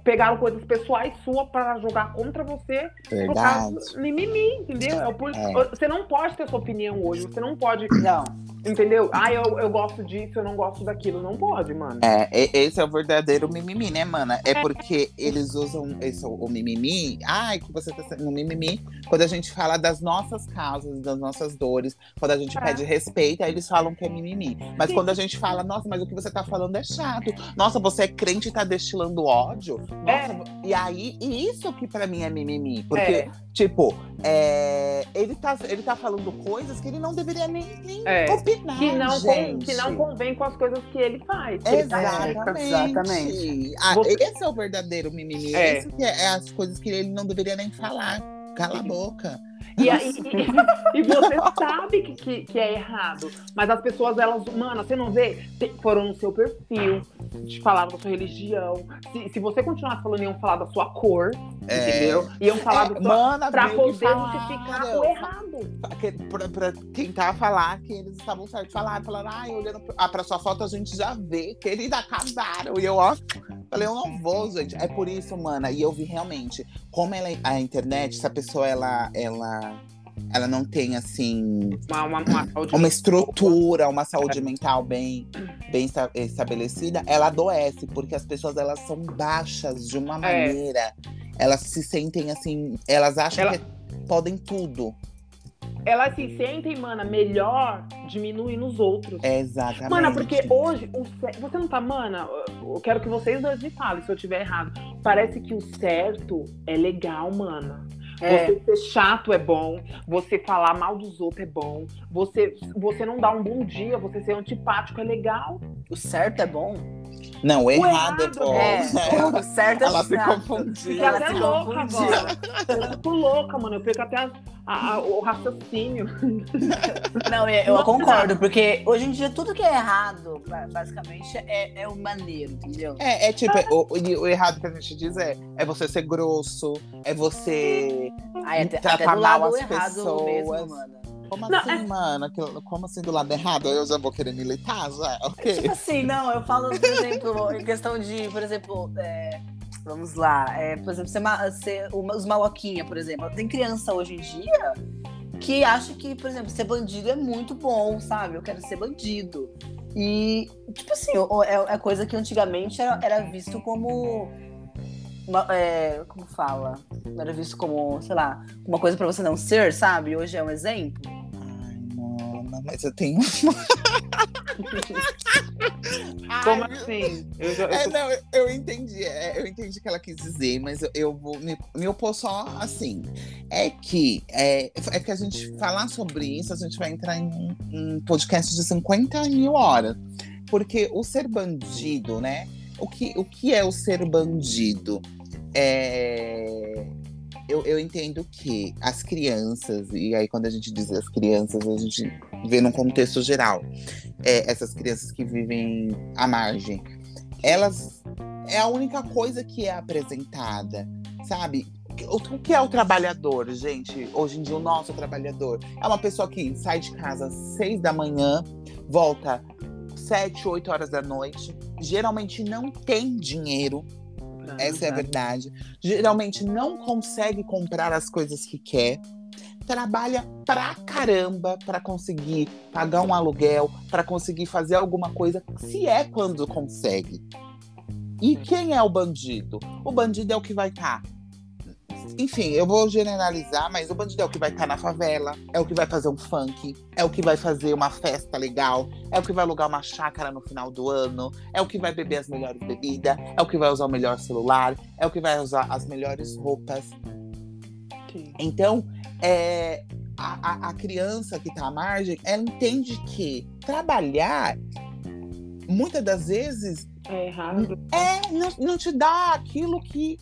[SPEAKER 1] pegaram coisas pessoais suas pra jogar contra você por
[SPEAKER 3] Verdade.
[SPEAKER 1] causa mimimi, entendeu? É o poli-
[SPEAKER 3] É.
[SPEAKER 1] Você não pode ter sua opinião hoje, você não pode,
[SPEAKER 4] não.
[SPEAKER 1] entendeu? Ah, eu, eu gosto disso, eu não gosto daquilo. Não pode, mano.
[SPEAKER 3] É, e- esse é o verdadeiro mimimi, né, mana? É porque eles usam esse, o mimimi. Ai, que você tá sendo um mimimi. Quando a gente fala das nossas causas, das nossas dores, quando a gente
[SPEAKER 1] É.
[SPEAKER 3] pede respeito, aí eles falam que é mimimi. Mas
[SPEAKER 1] Sim.
[SPEAKER 3] quando a gente fala, nossa, mas o que você tá falando é chato. Nossa, você é crente e tá destilando ódio. Nossa, E aí, e isso que pra mim é mimimi. Porque,
[SPEAKER 1] É.
[SPEAKER 3] tipo, é, ele, tá, ele tá falando coisas que ele não deveria nem, nem
[SPEAKER 1] É.
[SPEAKER 3] opinar.
[SPEAKER 1] Que não, con-
[SPEAKER 3] Ah, gente.
[SPEAKER 1] que não convém com as coisas que ele faz. que ele tá pratica.
[SPEAKER 3] tá Exatamente.
[SPEAKER 4] Exatamente.
[SPEAKER 3] Ah,
[SPEAKER 1] Você-
[SPEAKER 3] Esse é o verdadeiro mimimi.
[SPEAKER 1] É.
[SPEAKER 3] Esse que é, é as coisas que ele não deveria nem falar. Cala a boca.
[SPEAKER 1] E, aí- e- e você sabe que, que, que é errado. Mas as pessoas, elas, mano, você não vê? Te- Foram no seu perfil, te falaram da sua religião. Se, se você continuasse falando, iam falar da sua cor,
[SPEAKER 3] É.
[SPEAKER 1] entendeu? Iam falar do sua,
[SPEAKER 3] Mana,
[SPEAKER 1] pra
[SPEAKER 3] veio
[SPEAKER 1] poder
[SPEAKER 3] me falar,
[SPEAKER 1] justificar
[SPEAKER 3] meu.
[SPEAKER 1] o errado.
[SPEAKER 3] Que- Pra, pra tentar falar que eles estavam certos. Falaram, falaram, ai, olhando pra, ah, pra sua foto a gente já vê que eles acabaram. E eu, ó, falei, eu não vou, gente. É por isso, mana. E eu vi realmente como ela, a internet, se a pessoa, ela, ela, ela não tem, assim,
[SPEAKER 1] Uma, uma, uma,
[SPEAKER 3] [clears throat]
[SPEAKER 1] saúde
[SPEAKER 3] uma estrutura, uma saúde mental bem, bem esta- estabelecida, ela adoece, porque as pessoas elas são baixas de
[SPEAKER 1] É.
[SPEAKER 3] uma maneira. Elas se sentem assim, elas acham
[SPEAKER 1] Ela-
[SPEAKER 3] que podem tudo.
[SPEAKER 1] elas se sentem, mana, melhor diminuindo os outros.
[SPEAKER 3] É exatamente.
[SPEAKER 1] Mana, porque hoje, o ce- você não tá, mana? Eu quero que vocês dois me falem se eu tiver errado. Parece que o certo é legal, mana.
[SPEAKER 4] É.
[SPEAKER 1] Você ser chato é bom, você falar mal dos outros é bom, você, você não dar um bom dia, você ser antipático é legal.
[SPEAKER 4] O certo é bom?
[SPEAKER 3] Não, errado,
[SPEAKER 1] errado,
[SPEAKER 3] é bom.
[SPEAKER 4] É, tudo certo é
[SPEAKER 3] Ela se
[SPEAKER 4] chato.
[SPEAKER 3] confundiu.
[SPEAKER 1] Fiquei é até
[SPEAKER 2] um
[SPEAKER 4] se
[SPEAKER 1] louca
[SPEAKER 4] confundiu.
[SPEAKER 1] agora. Eu fico louca, mano. Eu perco até a- a- a- o raciocínio.
[SPEAKER 4] Não, eu, eu
[SPEAKER 1] Nossa.
[SPEAKER 4] concordo, porque hoje em dia tudo que é errado, ba- basicamente, é, é o maneiro, entendeu?
[SPEAKER 3] É, é tipo, é, o, e o errado que a gente diz é, é você ser grosso, é você.
[SPEAKER 4] Aí até,
[SPEAKER 3] Tratar
[SPEAKER 4] até do
[SPEAKER 3] Hum, mal
[SPEAKER 4] lado
[SPEAKER 3] as
[SPEAKER 4] errado
[SPEAKER 3] pessoas.
[SPEAKER 4] mesmo, mano.
[SPEAKER 3] Como
[SPEAKER 1] Uhum. Não, é
[SPEAKER 3] assim, mano? Que- Como assim do lado errado? Eu já vou querer militar, já. Ok.
[SPEAKER 4] Tipo assim, não, eu falo, por exemplo, em questão de, por exemplo, é, vamos lá, é, por exemplo, ser, ma- ser uma- os maloquinha, por exemplo. Tem criança hoje em dia que acha que, por exemplo, ser bandido é muito bom, sabe? Eu quero ser bandido. E, tipo assim, o- é, é coisa que antigamente era, era visto como. uma- é, como fala? Era visto como, sei lá, uma coisa pra você não ser, sabe? Hoje é um exemplo.
[SPEAKER 3] Ai, mana, mas eu tenho. Ai,
[SPEAKER 1] Como
[SPEAKER 3] meu-
[SPEAKER 1] assim? Eu já- eu
[SPEAKER 3] É,
[SPEAKER 1] tô-
[SPEAKER 3] não, eu- eu entendi. é, eu entendi o que ela quis dizer, mas eu, eu vou me, me opor só assim. É que é, é que a gente falar sobre isso, a gente vai entrar em um, um podcast de 50 mil horas. Porque o ser bandido, né? O que, o que é o ser bandido? É, eu, eu entendo que as crianças, e aí quando a gente diz as crianças, a gente vê num contexto geral, é, essas crianças que vivem à margem, elas é a única coisa que é apresentada, sabe? O o que é o trabalhador, gente? Hoje em dia, o nosso trabalhador é uma pessoa que sai de casa às seis da manhã, volta sete, oito horas da noite, geralmente não tem dinheiro essa é
[SPEAKER 1] tá?
[SPEAKER 3] a verdade. Geralmente não consegue comprar as coisas que quer. Trabalha pra caramba pra conseguir pagar um aluguel, pra conseguir fazer alguma coisa, se é quando consegue. E quem é o bandido? O bandido é o que vai estar. Enfim, eu vou generalizar, mas o bandido é o que vai estar na favela, é o que vai fazer um funk, é o que vai fazer uma festa legal, é o que vai alugar uma chácara no final do ano, é o que vai beber as melhores bebidas, é o que vai usar o melhor celular, é o que vai usar as melhores roupas. Então, é, a, a- a criança que tá à margem, ela entende que trabalhar, muitas das vezes,
[SPEAKER 1] É errado.
[SPEAKER 3] é, não, não te dá aquilo que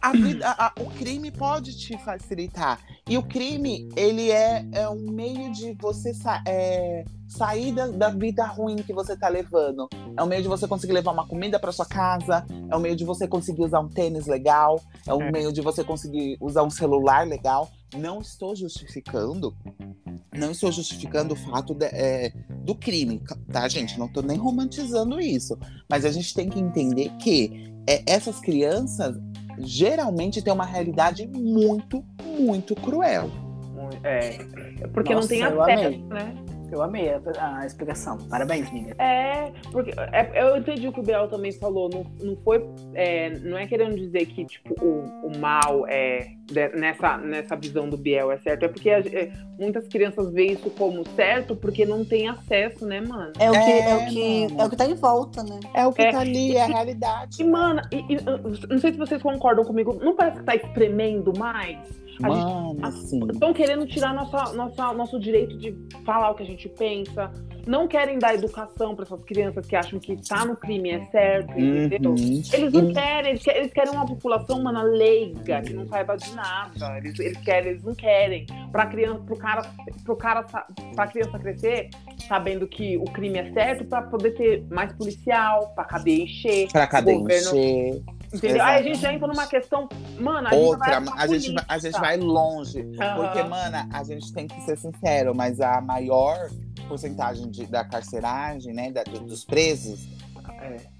[SPEAKER 3] a vida, a- o crime pode te facilitar. E o crime, ele é, é um meio de você sa- é, sair da, da vida ruim que você tá levando. É um meio de você conseguir levar uma comida para sua casa, é um meio de você conseguir usar um tênis legal, é um
[SPEAKER 1] É.
[SPEAKER 3] meio de você conseguir usar um celular legal. Não estou justificando, não estou justificando o fato de- é, do crime, tá, gente? Não estou nem romantizando isso. Mas a gente tem que entender que é, essas crianças geralmente têm uma realidade muito, muito cruel.
[SPEAKER 1] É. É porque não
[SPEAKER 2] Nossa,
[SPEAKER 1] tem
[SPEAKER 2] eu
[SPEAKER 1] acesso,
[SPEAKER 2] amei.
[SPEAKER 1] né?
[SPEAKER 2] Eu amei a, a explicação. Parabéns, amiga.
[SPEAKER 1] É, porque é, eu entendi o que o Biel também falou. Não, não foi. é, não é querendo dizer que tipo, o, o mal é de- nessa, nessa visão do Biel é certo. É porque a- é, muitas crianças veem isso como certo porque não tem acesso, né, mano?
[SPEAKER 4] É o que, é,
[SPEAKER 3] É,
[SPEAKER 4] o que,
[SPEAKER 3] mano.
[SPEAKER 4] é o que tá em volta, né?
[SPEAKER 3] É o que
[SPEAKER 1] É.
[SPEAKER 3] tá ali, é a realidade.
[SPEAKER 1] E, mano, e- e, uh, não sei se vocês concordam comigo, não parece que tá espremendo mais? a gente- tá
[SPEAKER 3] Mano, assim.
[SPEAKER 1] Estão querendo tirar nossa, nossa, nosso direito de falar o que a gente pensa. Não querem dar educação para essas crianças que acham que tá no crime é certo, entendeu?
[SPEAKER 3] Uhum.
[SPEAKER 1] Eles não
[SPEAKER 3] E-
[SPEAKER 1] querem, eles que- eles querem uma população, mano, leiga, que não saiba de nada. Eles, eles querem, eles não querem. Pra criança, pro cara, pro cara, sa- pra criança crescer, sabendo que o crime é certo, pra poder ter mais policial, pra cadeia encher.
[SPEAKER 3] Pra
[SPEAKER 1] o governo-
[SPEAKER 3] cadente.
[SPEAKER 1] Entendeu? Aí a gente já entra numa questão, mano, a
[SPEAKER 3] Outra,
[SPEAKER 1] gente vai pra
[SPEAKER 3] a gente, vai-
[SPEAKER 1] política.
[SPEAKER 3] a gente vai longe.
[SPEAKER 1] Aham.
[SPEAKER 3] Porque, mana, a gente tem que ser sincero, mas a maior porcentagem de- da carceragem, né, da- do- dos presos,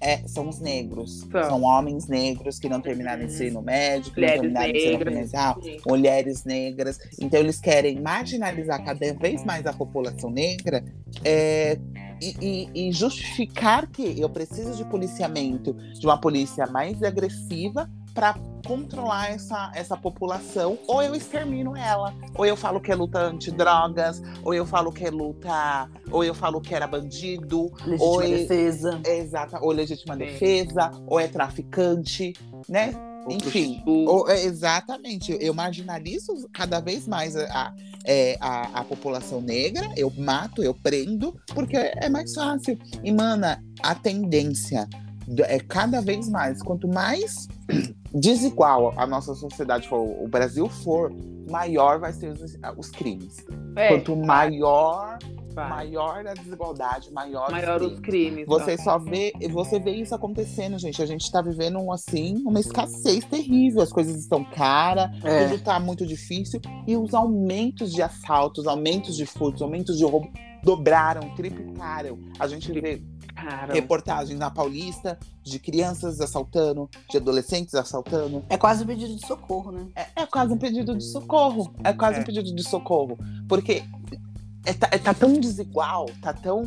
[SPEAKER 3] é- são os negros.
[SPEAKER 1] São.
[SPEAKER 3] São homens negros que não terminaram
[SPEAKER 1] Uhum.
[SPEAKER 3] ensino médio, que
[SPEAKER 1] Mulheres
[SPEAKER 3] não terminaram ensino
[SPEAKER 1] negras.
[SPEAKER 3] fundamental,
[SPEAKER 1] Sim.
[SPEAKER 3] mulheres negras. Então, eles querem marginalizar cada vez mais a população negra é, e, e- e justificar que eu preciso de policiamento, de uma polícia mais agressiva para controlar essa, essa população, ou eu extermino ela, ou eu falo que é luta antidrogas, ou eu falo que é luta, ou eu falo que era bandido,
[SPEAKER 4] tipo
[SPEAKER 2] Legítima
[SPEAKER 3] Oi.
[SPEAKER 2] defesa.
[SPEAKER 3] Exata, ou legítima
[SPEAKER 1] Sim.
[SPEAKER 3] defesa, ou é traficante, né? Enfim, ou-
[SPEAKER 1] Uhum.
[SPEAKER 3] é, exatamente. Eu marginalizo cada vez mais a, a, é, a- a população negra, eu mato, eu prendo, porque é mais fácil. E, mana, a tendência do- é cada vez mais, quanto mais [clears throat] desigual a nossa sociedade for, o Brasil for, maior vai ser os, os crimes.
[SPEAKER 1] É,
[SPEAKER 3] quanto maior,
[SPEAKER 1] vai.
[SPEAKER 3] maior a desigualdade, maior,
[SPEAKER 1] Maior os crimes.
[SPEAKER 3] você só vê, você vê isso acontecendo, gente. A gente tá vivendo um, assim, uma escassez terrível. As coisas estão caras,
[SPEAKER 2] É.
[SPEAKER 3] tudo tá muito difícil. E os aumentos de assaltos, aumentos de furtos, aumentos de roubo dobraram, triplicaram. A gente vê
[SPEAKER 1] Cara,
[SPEAKER 3] reportagens na Paulista de crianças assaltando, de adolescentes assaltando.
[SPEAKER 4] É quase um pedido de socorro, né?
[SPEAKER 3] É, é quase um pedido de socorro. É quase
[SPEAKER 1] É.
[SPEAKER 3] um pedido de socorro. Porque é, tá, é- tá tão desigual, tá tão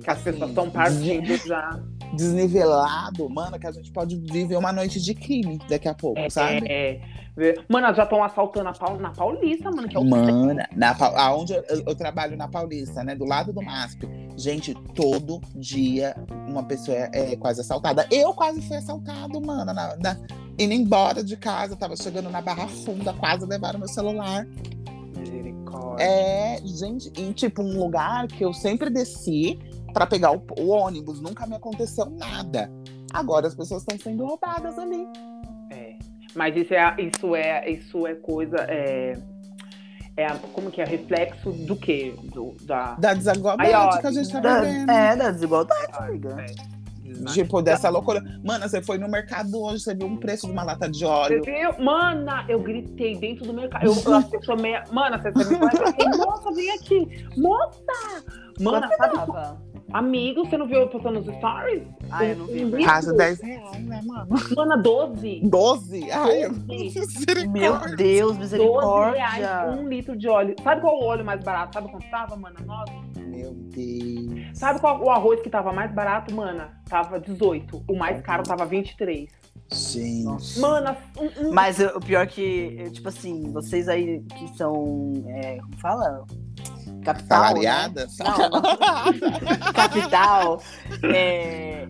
[SPEAKER 1] que as pessoas
[SPEAKER 3] assim,
[SPEAKER 1] estão [laughs] partindo já.
[SPEAKER 3] desnivelado, mano, que a gente pode viver uma noite de crime daqui a pouco, sabe?
[SPEAKER 1] É, é. Vê- Mano, elas já estão assaltando a Pau- na Paulista, mano, que é o
[SPEAKER 3] Mana, na, Pau- aonde eu, eu trabalho na Paulista, né? Do lado do MASP. Gente, todo dia uma pessoa é, é quase assaltada. Eu quase fui assaltado, mano. na- na- indo embora de casa, tava chegando na Barra Funda, quase levaram meu celular.
[SPEAKER 1] misericórdia.
[SPEAKER 3] É, gente, e tipo, um lugar que eu sempre desci pra pegar o, o ônibus, nunca me aconteceu nada. Agora as pessoas estão sendo roubadas ali.
[SPEAKER 1] É. Mas isso é, isso é, isso é coisa. É, é, como que é? Reflexo do quê? Do, da.
[SPEAKER 3] Da
[SPEAKER 1] Aí,
[SPEAKER 3] desigualdade
[SPEAKER 1] ó,
[SPEAKER 3] que a gente tá
[SPEAKER 2] Da-
[SPEAKER 3] vivendo.
[SPEAKER 2] é, da desigualdade,
[SPEAKER 1] Ai,
[SPEAKER 2] amiga.
[SPEAKER 1] é, desmaio.
[SPEAKER 3] Tipo, dessa loucura. Mano, você foi no mercado hoje, você viu um preço de uma lata de óleo.
[SPEAKER 1] Você viu? Mana, eu gritei dentro do mercado. Eu, eu acho que eu sou meia. Mana, você, você me conhece? Eu falei, Moça, vem aqui. Moça! Mana, sabe?
[SPEAKER 2] Tava.
[SPEAKER 1] Amigo, você não viu eu postando os stories?
[SPEAKER 2] Ah, eu não vi.
[SPEAKER 1] Um- um
[SPEAKER 3] Casa
[SPEAKER 1] litro?
[SPEAKER 3] 10 reais, né, mano?
[SPEAKER 1] Mana, 12.
[SPEAKER 3] 12? Ai, eu...
[SPEAKER 1] Doze.
[SPEAKER 2] Meu
[SPEAKER 1] 12
[SPEAKER 2] Deus,
[SPEAKER 1] reais,
[SPEAKER 2] misericórdia.
[SPEAKER 1] um litro de óleo. Sabe qual o óleo mais barato? Sabe quanto tava, mana? Nove.
[SPEAKER 3] Meu Deus.
[SPEAKER 1] Sabe qual o arroz que tava mais barato, mana? Tava 18. O mais caro tava 23.
[SPEAKER 3] Gente.
[SPEAKER 1] Mana, um, um-
[SPEAKER 2] Mas eu- o pior que, eu, tipo assim, vocês aí que são. é, como fala? Capital. né?
[SPEAKER 3] Salariada?
[SPEAKER 2] [laughs] Capital. é,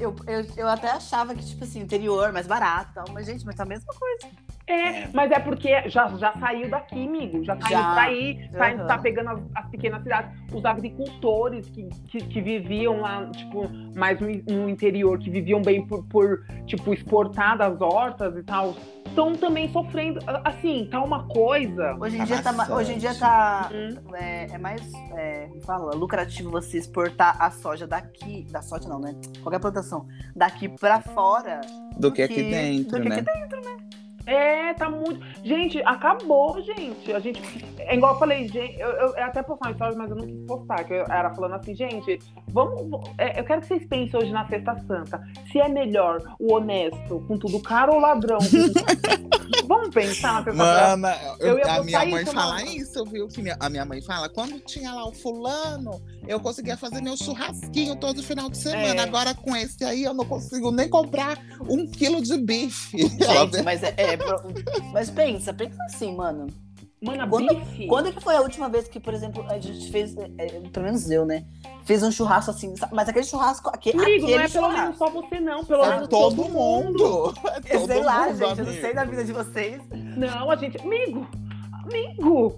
[SPEAKER 2] eu, eu, eu até achava que, tipo assim, interior mais barato e tal. Mas, gente, mas tá a mesma coisa.
[SPEAKER 1] É, mas é porque já, já saiu daqui, amigo. Já saiu
[SPEAKER 2] Já.
[SPEAKER 1] daí. Saiu,
[SPEAKER 2] Aham.
[SPEAKER 1] Tá pegando as, as pequenas cidades. Os agricultores que, que, que viviam lá, tipo, mais no, no interior, que viviam bem por, por, tipo, exportar das hortas e tal, estão também sofrendo. A- Assim, tá uma coisa.
[SPEAKER 2] Hoje em
[SPEAKER 3] Tá
[SPEAKER 2] dia tá, ma-
[SPEAKER 3] maçante.
[SPEAKER 2] hoje em dia tá
[SPEAKER 1] Hum.
[SPEAKER 2] é, é mais, é, como fala, lucrativo você exportar a soja daqui, da soja não, né? Qualquer plantação, daqui pra fora.
[SPEAKER 3] Do que
[SPEAKER 2] do
[SPEAKER 3] aqui
[SPEAKER 2] que-
[SPEAKER 3] dentro,
[SPEAKER 2] do que
[SPEAKER 3] né?
[SPEAKER 2] aqui
[SPEAKER 1] É, tá muito. Gente, acabou, gente. A gente. É igual eu falei, gente, eu, eu, eu até postei uma história, mas eu não quis postar. Que eu era falando assim, gente, vamos. é, eu quero que vocês pensem hoje na Sexta Santa. Se é melhor o honesto com tudo caro ou
[SPEAKER 3] [laughs]
[SPEAKER 1] ladrão? com- vamos pensar na Sexta Santa.
[SPEAKER 3] Mana,
[SPEAKER 1] Eu
[SPEAKER 3] eu-
[SPEAKER 1] ia botar
[SPEAKER 3] a minha mãe
[SPEAKER 1] isso,
[SPEAKER 3] fala
[SPEAKER 1] mano.
[SPEAKER 3] isso, viu? Que minha- a minha mãe fala, quando tinha lá o fulano, eu conseguia fazer meu churrasquinho todo final de semana.
[SPEAKER 1] É.
[SPEAKER 3] Agora com esse aí, eu não consigo nem comprar um quilo de bife. Ela
[SPEAKER 2] Gente,
[SPEAKER 3] vê-
[SPEAKER 2] mas é, é pro- mas pensa, pensa assim, mano.
[SPEAKER 1] Mana,
[SPEAKER 2] Quando-
[SPEAKER 1] bife.
[SPEAKER 2] Quando é que foi a última vez que, por exemplo, a gente fez, é, é, pelo menos eu, né? Fez um churrasco assim, sabe? mas aquele churrasasco, aque- aquele,
[SPEAKER 1] Amigo, não é pelo
[SPEAKER 2] churrasco.
[SPEAKER 1] menos só você, não. Pelo
[SPEAKER 3] É
[SPEAKER 1] menos
[SPEAKER 3] todo mundo. [laughs] É
[SPEAKER 2] Eu
[SPEAKER 3] todo
[SPEAKER 2] sei lá,
[SPEAKER 3] mundo,
[SPEAKER 2] gente, eu não
[SPEAKER 3] amigo.
[SPEAKER 2] sei da vida de vocês.
[SPEAKER 1] Não, a gente. Amigo! Amigo!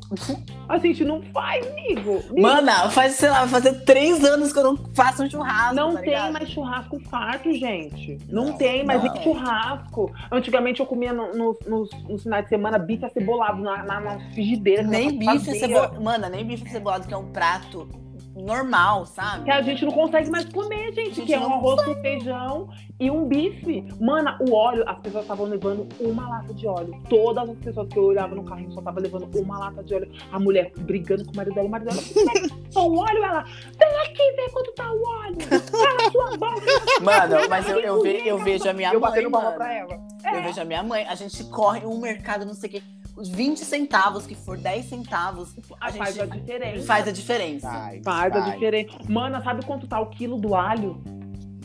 [SPEAKER 1] A gente não faz, amigo! amigo.
[SPEAKER 2] Mana, faz, sei lá, vai fazer três anos que eu não faço um churrasco.
[SPEAKER 1] Não
[SPEAKER 2] tá
[SPEAKER 1] tem
[SPEAKER 2] ligado?
[SPEAKER 1] mais churrasco farto, gente. Não,
[SPEAKER 3] Não,
[SPEAKER 1] tem mais
[SPEAKER 2] não.
[SPEAKER 1] nem churrasco. Antigamente eu comia no- no- nos nos finais de semana bife acebolado na, na, na frigideira. que
[SPEAKER 2] Nem
[SPEAKER 1] eu
[SPEAKER 2] bife
[SPEAKER 1] fazia.
[SPEAKER 2] cebolado. Mano, nem bife cebolado, que é um prato normal, sabe?
[SPEAKER 1] Que a gente não consegue mais comer, gente.
[SPEAKER 2] Gente,
[SPEAKER 1] que é um
[SPEAKER 2] não
[SPEAKER 1] arroz com feijão e um bife. Mana, o óleo, as pessoas estavam levando uma lata de óleo. Todas as pessoas que eu olhava no carrinho só estavam levando uma lata de óleo. A mulher brigando com o marido dela. O marido dela, "Mas só o óleo, ela. Vem aqui, vê quanto tá o óleo. Cala a sua boca.
[SPEAKER 2] Mano, mas eu, eu, ve- eu vejo a minha
[SPEAKER 1] eu
[SPEAKER 2] mãe.
[SPEAKER 1] batendo palma
[SPEAKER 2] Mano.
[SPEAKER 1] pra ela.
[SPEAKER 2] Eu vejo a minha mãe. A gente corre um mercado, não sei o quê. Os 20 centavos que for, 10 centavos, a,
[SPEAKER 1] Ah,
[SPEAKER 2] gente
[SPEAKER 1] faz
[SPEAKER 2] faz
[SPEAKER 1] a
[SPEAKER 2] a,
[SPEAKER 1] diferença.
[SPEAKER 2] diferença.
[SPEAKER 3] Vai,
[SPEAKER 1] Faz a
[SPEAKER 3] vai.
[SPEAKER 1] diferença. Mana, sabe quanto tá o quilo do alho?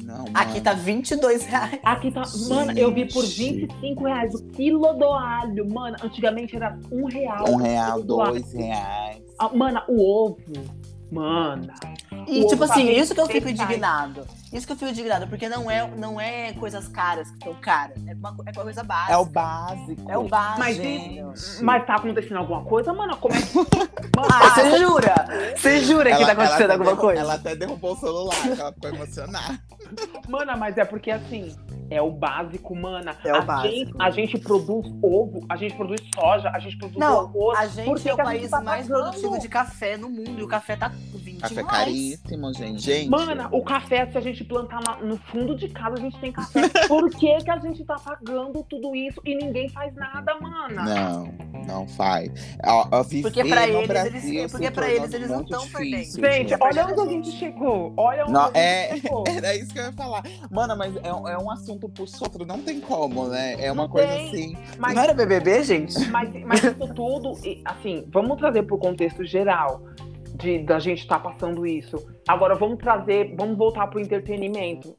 [SPEAKER 3] Não,
[SPEAKER 2] Aqui
[SPEAKER 3] mano.
[SPEAKER 2] tá 22 reais.
[SPEAKER 1] Aqui tá.
[SPEAKER 3] Gente.
[SPEAKER 1] Mana, eu vi por 25 reais o quilo do alho. Mana, antigamente era um
[SPEAKER 2] tá
[SPEAKER 1] real.
[SPEAKER 3] Um real,
[SPEAKER 1] o quilo do alho.
[SPEAKER 3] dois reais.
[SPEAKER 1] Ah, mana, o ovo. Mana.
[SPEAKER 2] E
[SPEAKER 1] O
[SPEAKER 2] tipo
[SPEAKER 1] ovo tá
[SPEAKER 2] assim,
[SPEAKER 1] bem
[SPEAKER 2] isso que eu fico
[SPEAKER 1] feito,
[SPEAKER 2] indignado. Isso que eu fico indignado, porque não é, não é coisas caras que estão caras. É uma, co- é uma coisa básica.
[SPEAKER 3] É o básico.
[SPEAKER 2] É o básico.
[SPEAKER 1] Mas
[SPEAKER 2] gente.
[SPEAKER 1] Mas tá acontecendo alguma coisa, mana? Como é
[SPEAKER 2] [laughs]
[SPEAKER 1] que.
[SPEAKER 2] Ah, você jura? Você jura que tá acontecendo
[SPEAKER 3] até
[SPEAKER 2] alguma
[SPEAKER 3] derru-
[SPEAKER 2] coisa?
[SPEAKER 3] Ela até derrubou o celular, que ela ficou
[SPEAKER 2] [laughs]
[SPEAKER 3] emocionada.
[SPEAKER 1] [laughs] Mana, mas é porque assim, é o básico, mana.
[SPEAKER 2] É o
[SPEAKER 1] a
[SPEAKER 2] básico.
[SPEAKER 1] Gente, a gente produz ovo, a gente produz soja, a gente produz
[SPEAKER 2] Não,
[SPEAKER 1] arroz.
[SPEAKER 2] A
[SPEAKER 1] Por
[SPEAKER 2] gente
[SPEAKER 1] que
[SPEAKER 2] é o
[SPEAKER 1] que a
[SPEAKER 2] país
[SPEAKER 1] gente tá
[SPEAKER 2] mais
[SPEAKER 1] pagando?
[SPEAKER 2] produtivo de café no mundo. E o café tá 20
[SPEAKER 3] Café
[SPEAKER 2] reais.
[SPEAKER 3] caríssimo, gente. Gente,
[SPEAKER 1] Mana, o café, se a gente plantar na- no fundo de casa, a gente tem
[SPEAKER 3] [laughs]
[SPEAKER 1] café. Por que, que a gente tá pagando tudo isso e ninguém faz nada, mana?
[SPEAKER 3] Não, não faz. Ó, ó, viver
[SPEAKER 2] Porque pra
[SPEAKER 3] no
[SPEAKER 2] eles,
[SPEAKER 3] Brasil assim,
[SPEAKER 2] eles- porque
[SPEAKER 3] se
[SPEAKER 2] pra
[SPEAKER 3] tornou
[SPEAKER 2] eles, eles não
[SPEAKER 3] muito
[SPEAKER 2] tão perdendo.
[SPEAKER 3] difícil,
[SPEAKER 1] Gente,
[SPEAKER 2] Gente,
[SPEAKER 1] olha
[SPEAKER 2] mas-
[SPEAKER 1] onde a gente chegou. Olha onde
[SPEAKER 3] Não,
[SPEAKER 1] a gente
[SPEAKER 3] é- [laughs]
[SPEAKER 1] chegou.
[SPEAKER 3] Era isso que eu ia falar. Mano, mas é, um- é um assunto puxa outro, não tem como, né? É uma
[SPEAKER 1] Não
[SPEAKER 3] coisa
[SPEAKER 1] tem.
[SPEAKER 3] assim.
[SPEAKER 1] Mas,
[SPEAKER 2] Não era BBB, gente?
[SPEAKER 1] mas, mas isso tudo, e, assim, vamos trazer pro contexto geral de, da gente estar passando isso. Agora vamos trazer, vamos voltar pro entretenimento.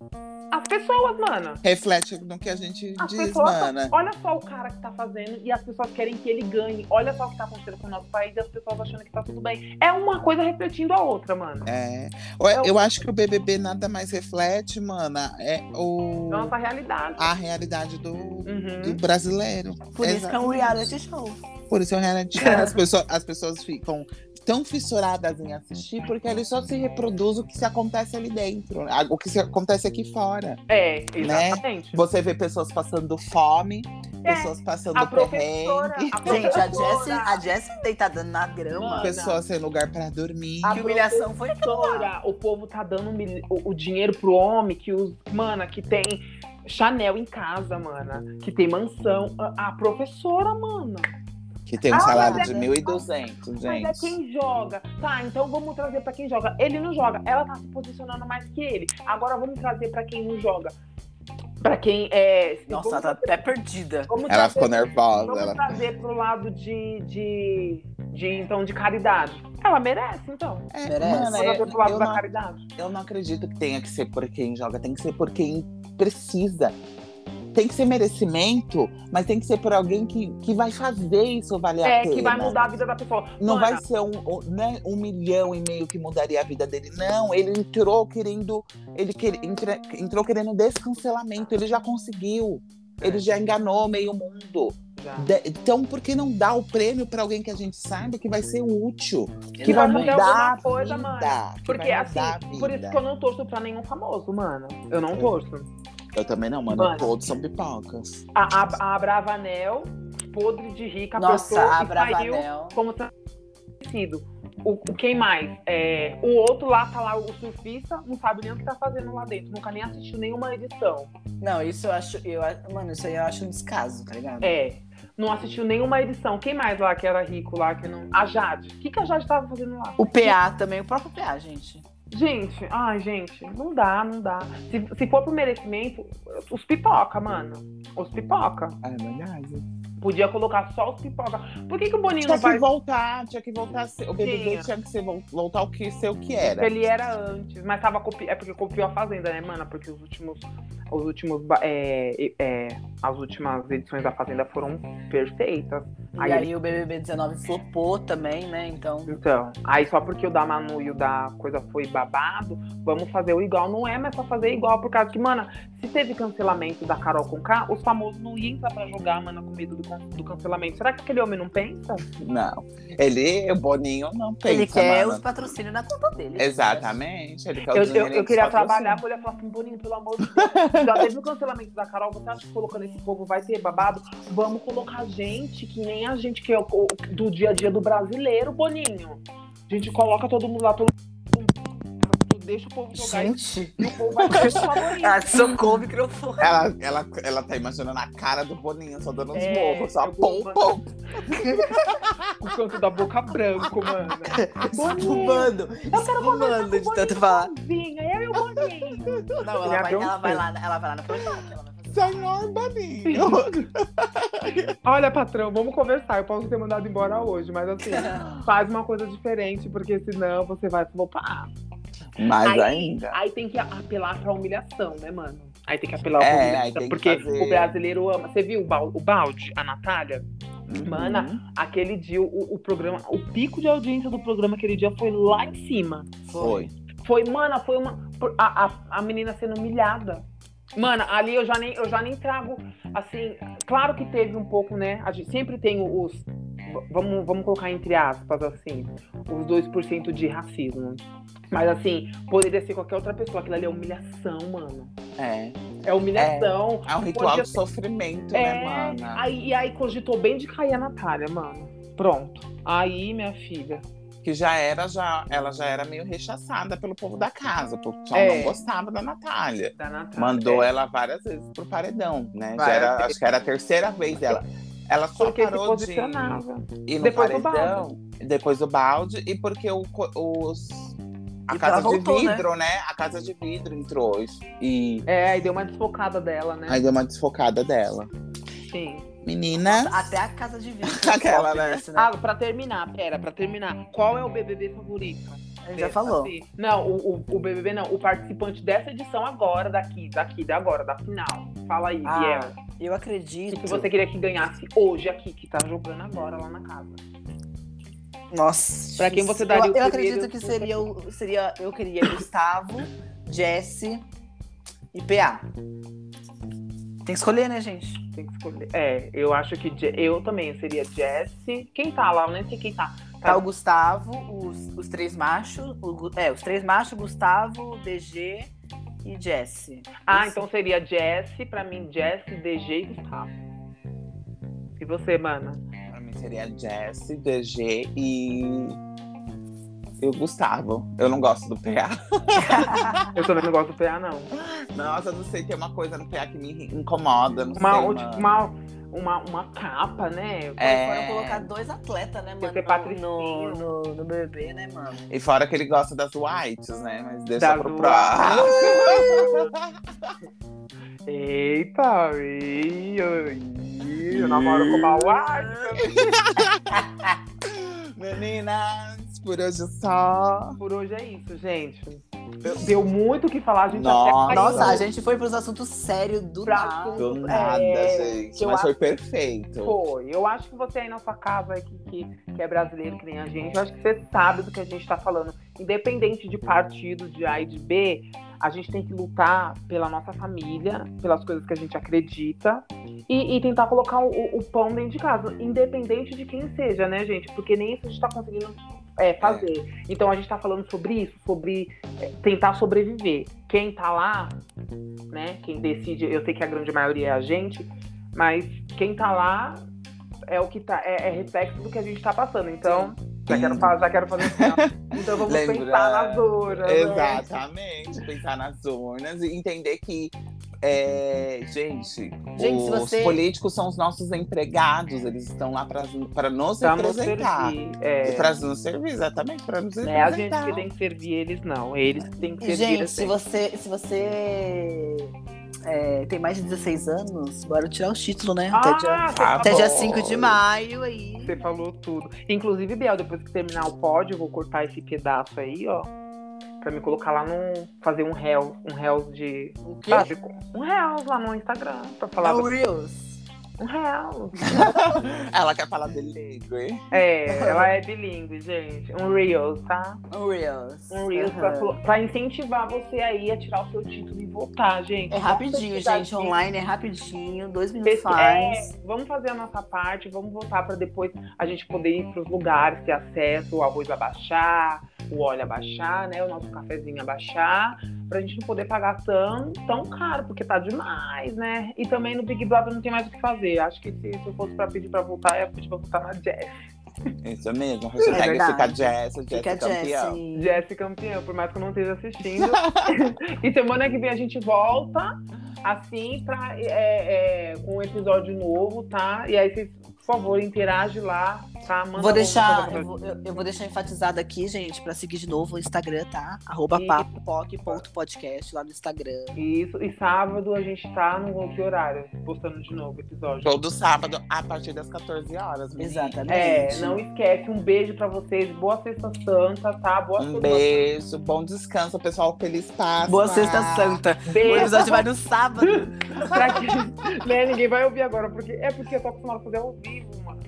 [SPEAKER 1] As pessoas, mana.
[SPEAKER 3] Reflete no que a gente
[SPEAKER 2] Ah,
[SPEAKER 1] As
[SPEAKER 3] diz,
[SPEAKER 1] pessoas,
[SPEAKER 3] mana.
[SPEAKER 1] olha só o cara que tá fazendo e as pessoas querem que ele ganhe. Olha só o que tá acontecendo com o nosso país e as pessoas achando que tá tudo bem. É uma coisa refletindo a outra, mano.
[SPEAKER 3] É. Eu,
[SPEAKER 1] Eu-
[SPEAKER 3] eu acho que o BBB nada mais reflete, mana, é o,
[SPEAKER 1] É a nossa realidade.
[SPEAKER 3] a realidade do,
[SPEAKER 1] Uhum.
[SPEAKER 3] do brasileiro.
[SPEAKER 2] Por isso que é um reality show.
[SPEAKER 3] Por isso é um reality show. As pessoas, as pessoas ficam tão fissuradas em assistir, porque eles só se reproduz o que se acontece ali dentro, né? o que se acontece aqui fora.
[SPEAKER 1] É,
[SPEAKER 3] Né?
[SPEAKER 1] exatamente.
[SPEAKER 3] Você vê pessoas passando fome,
[SPEAKER 1] É,
[SPEAKER 3] pessoas passando
[SPEAKER 1] A
[SPEAKER 3] perrengue,
[SPEAKER 1] professora.
[SPEAKER 4] Gente, a Jessie,
[SPEAKER 1] professora-
[SPEAKER 4] a Jessie deitada na grama.
[SPEAKER 1] Mano,
[SPEAKER 3] pessoas sem lugar pra dormir.
[SPEAKER 4] A humilhação foi aquela.
[SPEAKER 1] Doutora, o povo tá dando mil- o, o dinheiro pro homem que os. Mana, que tem Chanel em casa, mana. Que tem mansão. A, a professora, mana.
[SPEAKER 3] Que tem um
[SPEAKER 1] Ah,
[SPEAKER 3] salário
[SPEAKER 1] mas
[SPEAKER 3] de
[SPEAKER 1] é-
[SPEAKER 3] 1.200,
[SPEAKER 1] Mas é
[SPEAKER 3] gente.
[SPEAKER 1] quem joga. Tá, então vamos trazer pra quem joga. Ele não joga. Ela tá se posicionando mais que ele. Agora vamos trazer pra quem não joga. Pra quem é.
[SPEAKER 4] Nossa,
[SPEAKER 1] vamos
[SPEAKER 4] ela tá
[SPEAKER 1] trazer-
[SPEAKER 4] até perdida.
[SPEAKER 1] vamos
[SPEAKER 3] Ela
[SPEAKER 1] trazer-
[SPEAKER 3] ficou nervosa.
[SPEAKER 1] Vamos
[SPEAKER 3] Ela...
[SPEAKER 1] trazer pro lado de, de, de, então, de caridade. Ela merece, então.
[SPEAKER 3] É,
[SPEAKER 4] Merece.
[SPEAKER 3] mana,
[SPEAKER 1] Vamos
[SPEAKER 3] eu,
[SPEAKER 1] trazer pro lado
[SPEAKER 3] eu
[SPEAKER 1] da
[SPEAKER 3] não,
[SPEAKER 1] caridade.
[SPEAKER 3] eu não acredito que tenha que ser por quem joga, tem que ser por quem precisa. Tem que ser merecimento, mas tem que ser por alguém que, que vai fazer isso valer a
[SPEAKER 1] É,
[SPEAKER 3] pena.
[SPEAKER 1] que vai mudar a vida da pessoa.
[SPEAKER 3] Não
[SPEAKER 1] Mana,
[SPEAKER 3] vai ser um, um, né, um milhão e meio que mudaria a vida dele. Não, ele entrou querendo. Ele quer- entra- entrou querendo descancelamento. Ele já conseguiu. Ele já enganou meio mundo.
[SPEAKER 1] já.
[SPEAKER 3] De- então, por que não dar o prêmio pra alguém que a gente sabe que vai ser útil? Que
[SPEAKER 1] Exato.
[SPEAKER 3] vai
[SPEAKER 1] Fazer
[SPEAKER 3] mudar a
[SPEAKER 1] alguma coisa,
[SPEAKER 3] vida,
[SPEAKER 1] mano.
[SPEAKER 3] que
[SPEAKER 1] Porque
[SPEAKER 3] vai
[SPEAKER 1] assim,
[SPEAKER 3] mudar a
[SPEAKER 1] por
[SPEAKER 3] vida. É.
[SPEAKER 1] isso que eu não torço pra nenhum famoso, mano. Eu não
[SPEAKER 3] Eu-
[SPEAKER 1] torço.
[SPEAKER 3] Eu também não, mano.
[SPEAKER 1] Mano.
[SPEAKER 3] Todos são pipocas.
[SPEAKER 1] A, a, a Bravanel, podre de
[SPEAKER 2] tá-
[SPEAKER 1] rica,
[SPEAKER 4] Nossa,
[SPEAKER 1] apertou
[SPEAKER 4] a
[SPEAKER 1] e saiu
[SPEAKER 4] Bravanel.
[SPEAKER 1] como sido. O, o- quem mais? É, o outro lá tá lá, o surfista, não sabe nem o que tá fazendo lá dentro. Nunca nem assistiu nenhuma edição.
[SPEAKER 4] Não, isso eu acho. Eu, a- mano, isso aí eu acho um descaso, tá ligado?
[SPEAKER 1] É. Não assistiu nenhuma edição. Quem mais lá que era rico lá? Que não... A Jade. O que, que a Jade tava fazendo lá?
[SPEAKER 4] O PA também, o próprio PA, gente.
[SPEAKER 1] Gente, ai, gente, não dá, não dá. Se, se for pro merecimento, os pipoca, mano. Os pipoca.
[SPEAKER 3] Ah, é verdade.
[SPEAKER 1] Podia colocar só os pipoca. Por que, que o Boninho
[SPEAKER 3] Tinha
[SPEAKER 1] não vai.
[SPEAKER 3] que voltar, tinha que voltar. a ser- O BBB
[SPEAKER 1] Tinha.
[SPEAKER 3] tinha que ser, vol- voltar o que ser o que era.
[SPEAKER 1] Ele era antes, mas tava copi... é porque copiou a Fazenda, né, mana? Porque os últimos, os últimos, ba- é, é, as últimas edições da Fazenda foram perfeitas.
[SPEAKER 4] E
[SPEAKER 1] Aí
[SPEAKER 4] aí,
[SPEAKER 1] ele-
[SPEAKER 4] o BBB 19 flopou também, né? Então.
[SPEAKER 1] Então, aí só porque o da Manu e o da coisa foi babado, vamos fazer o igual. Não é mais pra fazer igual, por causa que, mano, se teve cancelamento da Carol com K, os famosos não iam entrar pra jogar, mano, com medo do, can- do cancelamento. Será que aquele homem não pensa?
[SPEAKER 3] Não. Ele, o Boninho, não pensa,
[SPEAKER 4] ele quer
[SPEAKER 3] mano.
[SPEAKER 4] os patrocínios na conta dele.
[SPEAKER 3] Exatamente. Ele quer o
[SPEAKER 1] Eu, eu,
[SPEAKER 3] dinheiro,
[SPEAKER 1] eu
[SPEAKER 3] Tá ele
[SPEAKER 1] queria
[SPEAKER 3] só
[SPEAKER 1] trabalhar com ele e falar assim, Boninho, pelo amor de Deus. Já teve o cancelamento da Carol, você acha que colocando esse povo vai ter babado? Vamos colocar gente que nem a gente que é o- o- do dia a dia do brasileiro, Boninho. A gente coloca todo mundo lá, todo mundo. Deixa o povo jogar e
[SPEAKER 4] [laughs] Gente,
[SPEAKER 1] E o povo vai ter o favorito.
[SPEAKER 4] ela socou o Ah, microfone.
[SPEAKER 3] Ela, ela, ela tá imaginando a cara do Boninho, só dando uns
[SPEAKER 1] É,
[SPEAKER 3] morros, só
[SPEAKER 1] eu
[SPEAKER 3] pom,
[SPEAKER 1] vou
[SPEAKER 3] pom.
[SPEAKER 1] [laughs] O canto da boca branco, mano.
[SPEAKER 4] Espumando. Eu quero Espumando Ah, de tanto falar.
[SPEAKER 1] Vinha, eu e o Boninho.
[SPEAKER 4] Não,
[SPEAKER 1] Ele
[SPEAKER 4] ela vai,
[SPEAKER 1] abriu um
[SPEAKER 4] ela vai
[SPEAKER 1] fio.
[SPEAKER 4] lá, ela vai lá no projeto. ela vai fazer.
[SPEAKER 1] [laughs]
[SPEAKER 3] Senhor Boninho.
[SPEAKER 1] Olha, patrão, vamos conversar. Eu posso ser mandado embora hoje, mas assim, [laughs] faz uma coisa diferente, porque senão você vai flopar.
[SPEAKER 3] Mas
[SPEAKER 1] Aí-
[SPEAKER 3] ainda.
[SPEAKER 1] Aí tem que apelar pra humilhação, né, mano? Aí tem que apelar
[SPEAKER 3] É,
[SPEAKER 1] pra
[SPEAKER 3] aí tem
[SPEAKER 1] humilhação.
[SPEAKER 3] que
[SPEAKER 1] Porque
[SPEAKER 3] fazer.
[SPEAKER 1] o brasileiro ama. Você viu o, bal- o balde, a Natália? Mana, aquele dia, o- o programa, o pico de audiência do programa aquele dia foi lá em cima.
[SPEAKER 3] Uhum. Foi.
[SPEAKER 1] Foi, mana, foi uma. por- A, a, a menina sendo humilhada. Mana, ali eu já, nem, eu já nem trago. Assim, claro que teve um pouco, né? A gente sempre tem os. v- Vamos, vamos colocar entre aspas, assim, os 2% de racismo. Mas assim, poderia ser qualquer outra pessoa. Aquilo ali é humilhação, mano.
[SPEAKER 3] É.
[SPEAKER 1] É humilhação.
[SPEAKER 3] É um ritual
[SPEAKER 1] Podia-
[SPEAKER 3] de sofrimento,
[SPEAKER 1] É,
[SPEAKER 3] né, mana?
[SPEAKER 1] aí, e aí cogitou bem de cair a Natália, mano. Pronto. Aí, minha filha.
[SPEAKER 3] Que já era, já, ela já era meio rechaçada pelo povo da casa, porque o pessoal
[SPEAKER 1] É. Ah,
[SPEAKER 3] não gostava da Natália.
[SPEAKER 1] Da Natália.
[SPEAKER 3] Mandou ela várias vezes pro paredão, né? Já
[SPEAKER 4] Várias
[SPEAKER 3] era-
[SPEAKER 4] vezes.
[SPEAKER 3] acho que era a terceira vez dela. Ela só
[SPEAKER 1] Porque se
[SPEAKER 3] parou de
[SPEAKER 1] posicionava.
[SPEAKER 3] ir no
[SPEAKER 1] Depois do
[SPEAKER 3] paredão, depois do balde, e porque o, co- os, a
[SPEAKER 4] E
[SPEAKER 3] casa
[SPEAKER 4] ela voltou,
[SPEAKER 3] de vidro, né? A casa de vidro entrou. e- E
[SPEAKER 1] É, aí deu uma desfocada dela, né?
[SPEAKER 3] aí deu uma desfocada dela.
[SPEAKER 1] Sim.
[SPEAKER 3] Menina,
[SPEAKER 4] Até a casa de vidro.
[SPEAKER 3] [laughs] Aquela,
[SPEAKER 4] Top
[SPEAKER 3] né?
[SPEAKER 4] desse,
[SPEAKER 1] Ah, pra terminar, pera, pra terminar. Qual é o BBB favorito?
[SPEAKER 4] A
[SPEAKER 3] Ah,
[SPEAKER 4] gente já falou.
[SPEAKER 1] Assim, Não, o, o, o BBB não. O participante dessa edição agora, daqui, daqui, da agora, da final. Fala aí,
[SPEAKER 4] Ah,
[SPEAKER 1] Biel.
[SPEAKER 4] Eu
[SPEAKER 1] O
[SPEAKER 4] acredito.
[SPEAKER 1] que você queria que ganhasse hoje aqui, que tá jogando agora lá na casa?
[SPEAKER 4] Nossa.
[SPEAKER 1] Pra quem você
[SPEAKER 4] Eu-
[SPEAKER 1] daria o
[SPEAKER 4] Eu, acredito que
[SPEAKER 1] primeiro-
[SPEAKER 4] seria, o- seria. Eu queria Gustavo, Jesse e PA. Tem que escolher, né, gente?
[SPEAKER 1] Tem que escolher. É, eu acho que Je- eu também seria Jesse. Quem tá lá? Eu nem sei quem tá.
[SPEAKER 2] Tá o Gustavo, os, os três machos. o Gu- é, os três machos, Gustavo, DG e Jesse.
[SPEAKER 1] Ah,
[SPEAKER 2] Isso.
[SPEAKER 1] então seria Jesse, pra mim, Jesse, DG e Gustavo. E você, mana?
[SPEAKER 3] Pra mim seria Jesse, DG e. E o Gustavo. Eu não gosto do PA.
[SPEAKER 1] Eu também não gosto do PA, não.
[SPEAKER 3] Nossa, eu não sei, tem uma coisa no PA que me incomoda. Não
[SPEAKER 1] Uma,
[SPEAKER 3] sei,
[SPEAKER 1] ou,
[SPEAKER 3] mano.
[SPEAKER 1] tipo, uma, uma, uma capa, né?
[SPEAKER 3] É.
[SPEAKER 4] Foram colocar dois atletas, né, mano?
[SPEAKER 1] que é
[SPEAKER 4] No,
[SPEAKER 1] patricinho.
[SPEAKER 4] no, no, no BBB, né, mano?
[SPEAKER 3] E fora que ele gosta das whites, né? Mas deixa
[SPEAKER 1] Das
[SPEAKER 3] pro próximo.
[SPEAKER 1] [laughs] Eita, ei, ei, eu namoro com uma white.
[SPEAKER 3] [laughs] Meninas, por hoje só.
[SPEAKER 1] Por hoje é isso, gente. Deu muito o que falar, a gente
[SPEAKER 3] Nossa.
[SPEAKER 1] até caiu.
[SPEAKER 2] Nossa, a gente foi pros assuntos sérios do
[SPEAKER 1] Pra
[SPEAKER 2] nada.
[SPEAKER 3] Do nada,
[SPEAKER 1] É,
[SPEAKER 3] gente.
[SPEAKER 1] eu
[SPEAKER 3] Mas
[SPEAKER 1] acho-
[SPEAKER 3] foi perfeito.
[SPEAKER 1] Foi. Eu acho que você aí na sua casa que, que, que é brasileiro, que nem a gente, eu acho que você sabe do que a gente tá falando. Independente de partido, de A e de B, a gente tem que lutar pela nossa família, pelas coisas que a gente acredita e, e tentar colocar o, o pão dentro de casa, independente de quem seja, né, gente? Porque nem isso a gente tá conseguindo é, fazer. Então a gente tá falando sobre isso, sobre é, tentar sobreviver. Quem tá lá, né? Quem decide, eu sei que a grande maioria é a gente, mas quem tá lá é o que tá, é, é reflexo do que a gente tá passando. Então, já quero, fa- já quero fazer o final. Então vamos
[SPEAKER 3] Lembra-
[SPEAKER 1] pensar nas horas. né?
[SPEAKER 3] Exatamente. Pensar nas urnas e entender que. é, gente,
[SPEAKER 4] Gente,
[SPEAKER 3] os
[SPEAKER 4] se você-
[SPEAKER 3] políticos são os nossos empregados, eles estão lá para nos
[SPEAKER 1] Pra nos
[SPEAKER 3] representar.
[SPEAKER 1] servir. É,
[SPEAKER 3] Para nos servir, exatamente, para nos
[SPEAKER 1] é a
[SPEAKER 3] representar.
[SPEAKER 1] gente que tem que servir eles, não. Eles que têm que
[SPEAKER 4] E,
[SPEAKER 1] servir assim.
[SPEAKER 4] gente,
[SPEAKER 1] a
[SPEAKER 4] se você, se você é, tem mais de 16 anos, bora tirar o título, né? Até,
[SPEAKER 1] Ah,
[SPEAKER 4] dia,
[SPEAKER 1] você falou-
[SPEAKER 4] até dia
[SPEAKER 3] bom.
[SPEAKER 4] 5 de maio aí.
[SPEAKER 1] Você falou tudo. Inclusive, Biel, depois que terminar o pódio, eu vou cortar esse pedaço aí, ó. Pra me colocar lá no. Fazer um réu. Um réu de.
[SPEAKER 4] O quê?
[SPEAKER 1] Sabe? Um réu lá no Instagram. Pra falar.
[SPEAKER 4] É o
[SPEAKER 1] do-
[SPEAKER 4] Reels.
[SPEAKER 1] Um réu.
[SPEAKER 3] Ela quer falar bilíngue.
[SPEAKER 1] É, ela é bilíngue, gente. Um Reels, tá?
[SPEAKER 4] O Reels.
[SPEAKER 1] Um Reels
[SPEAKER 4] Aham.
[SPEAKER 1] pra, pra incentivar você aí a tirar o seu título e votar, gente.
[SPEAKER 4] É rapidinho,
[SPEAKER 1] Nossa,
[SPEAKER 4] gente. Online é rapidinho. Dois minutos
[SPEAKER 1] Pesqui-
[SPEAKER 4] faz.
[SPEAKER 1] É, vamos fazer a nossa parte, vamos votar para depois a gente poder ir para os lugares, ter acesso, o arroz abaixar, o óleo abaixar, né? O nosso cafezinho abaixar, pra gente não poder pagar tão, tão caro, porque tá demais, né? E também no Big Brother não tem mais o que fazer. Acho que se, se eu fosse para pedir para votar, eu ia pedir pra votar na Jess.
[SPEAKER 3] Isso mesmo, hashtag
[SPEAKER 4] É verdade.
[SPEAKER 3] fica Jess, Jess é
[SPEAKER 4] Fica assim,
[SPEAKER 3] campeão.
[SPEAKER 4] Jessie.
[SPEAKER 1] Jess campeã, por mais que eu não esteja assistindo. [laughs] e semana que vem a gente volta, assim, pra, é, é, com um episódio novo, tá? E aí vocês, por favor, interage lá, tá? Manda
[SPEAKER 4] Vou
[SPEAKER 1] alguma
[SPEAKER 4] deixar,
[SPEAKER 1] coisa
[SPEAKER 4] eu
[SPEAKER 1] pra-
[SPEAKER 4] vou, eu- eu vou deixar enfatizado aqui, gente, pra seguir de novo o Instagram, tá? Arroba
[SPEAKER 1] E-
[SPEAKER 4] papopoc.podcast lá no Instagram.
[SPEAKER 1] Isso, e sábado a gente tá no que horário? Postando de novo o episódio.
[SPEAKER 3] Todo sábado, a partir das 14 horas. meninas.
[SPEAKER 4] Exatamente.
[SPEAKER 1] É, não esquece, um beijo pra vocês, boa sexta santa, tá? Boa
[SPEAKER 3] Um
[SPEAKER 1] sexta-
[SPEAKER 3] beijo, bom descanso, pessoal. Feliz Páscoa.
[SPEAKER 4] Boa Sexta Santa. O
[SPEAKER 1] Beijo.
[SPEAKER 4] episódio vai no sábado.
[SPEAKER 1] pra que- né, ninguém vai ouvir agora, porque é porque eu tô acostumada a fazer ao vivo, mano.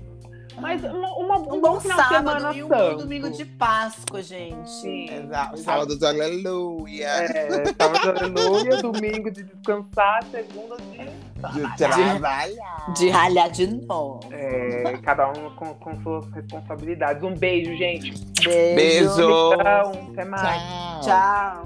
[SPEAKER 1] Mas uma, uma-
[SPEAKER 4] Um bom
[SPEAKER 1] final de
[SPEAKER 4] sábado
[SPEAKER 1] semana
[SPEAKER 4] e um
[SPEAKER 1] santo.
[SPEAKER 4] bom domingo de Páscoa, gente.
[SPEAKER 1] Sim.
[SPEAKER 3] Exato. Sábado de aleluia.
[SPEAKER 1] É, sábado de aleluia, domingo de descansar, segunda de.
[SPEAKER 3] De trabalhar.
[SPEAKER 4] De ralhar de novo.
[SPEAKER 1] É, cada um com, com suas responsabilidades. Um beijo, gente.
[SPEAKER 4] Beijo.
[SPEAKER 3] Beijo.
[SPEAKER 1] Então, até mais.
[SPEAKER 3] Tchau.
[SPEAKER 4] Tchau.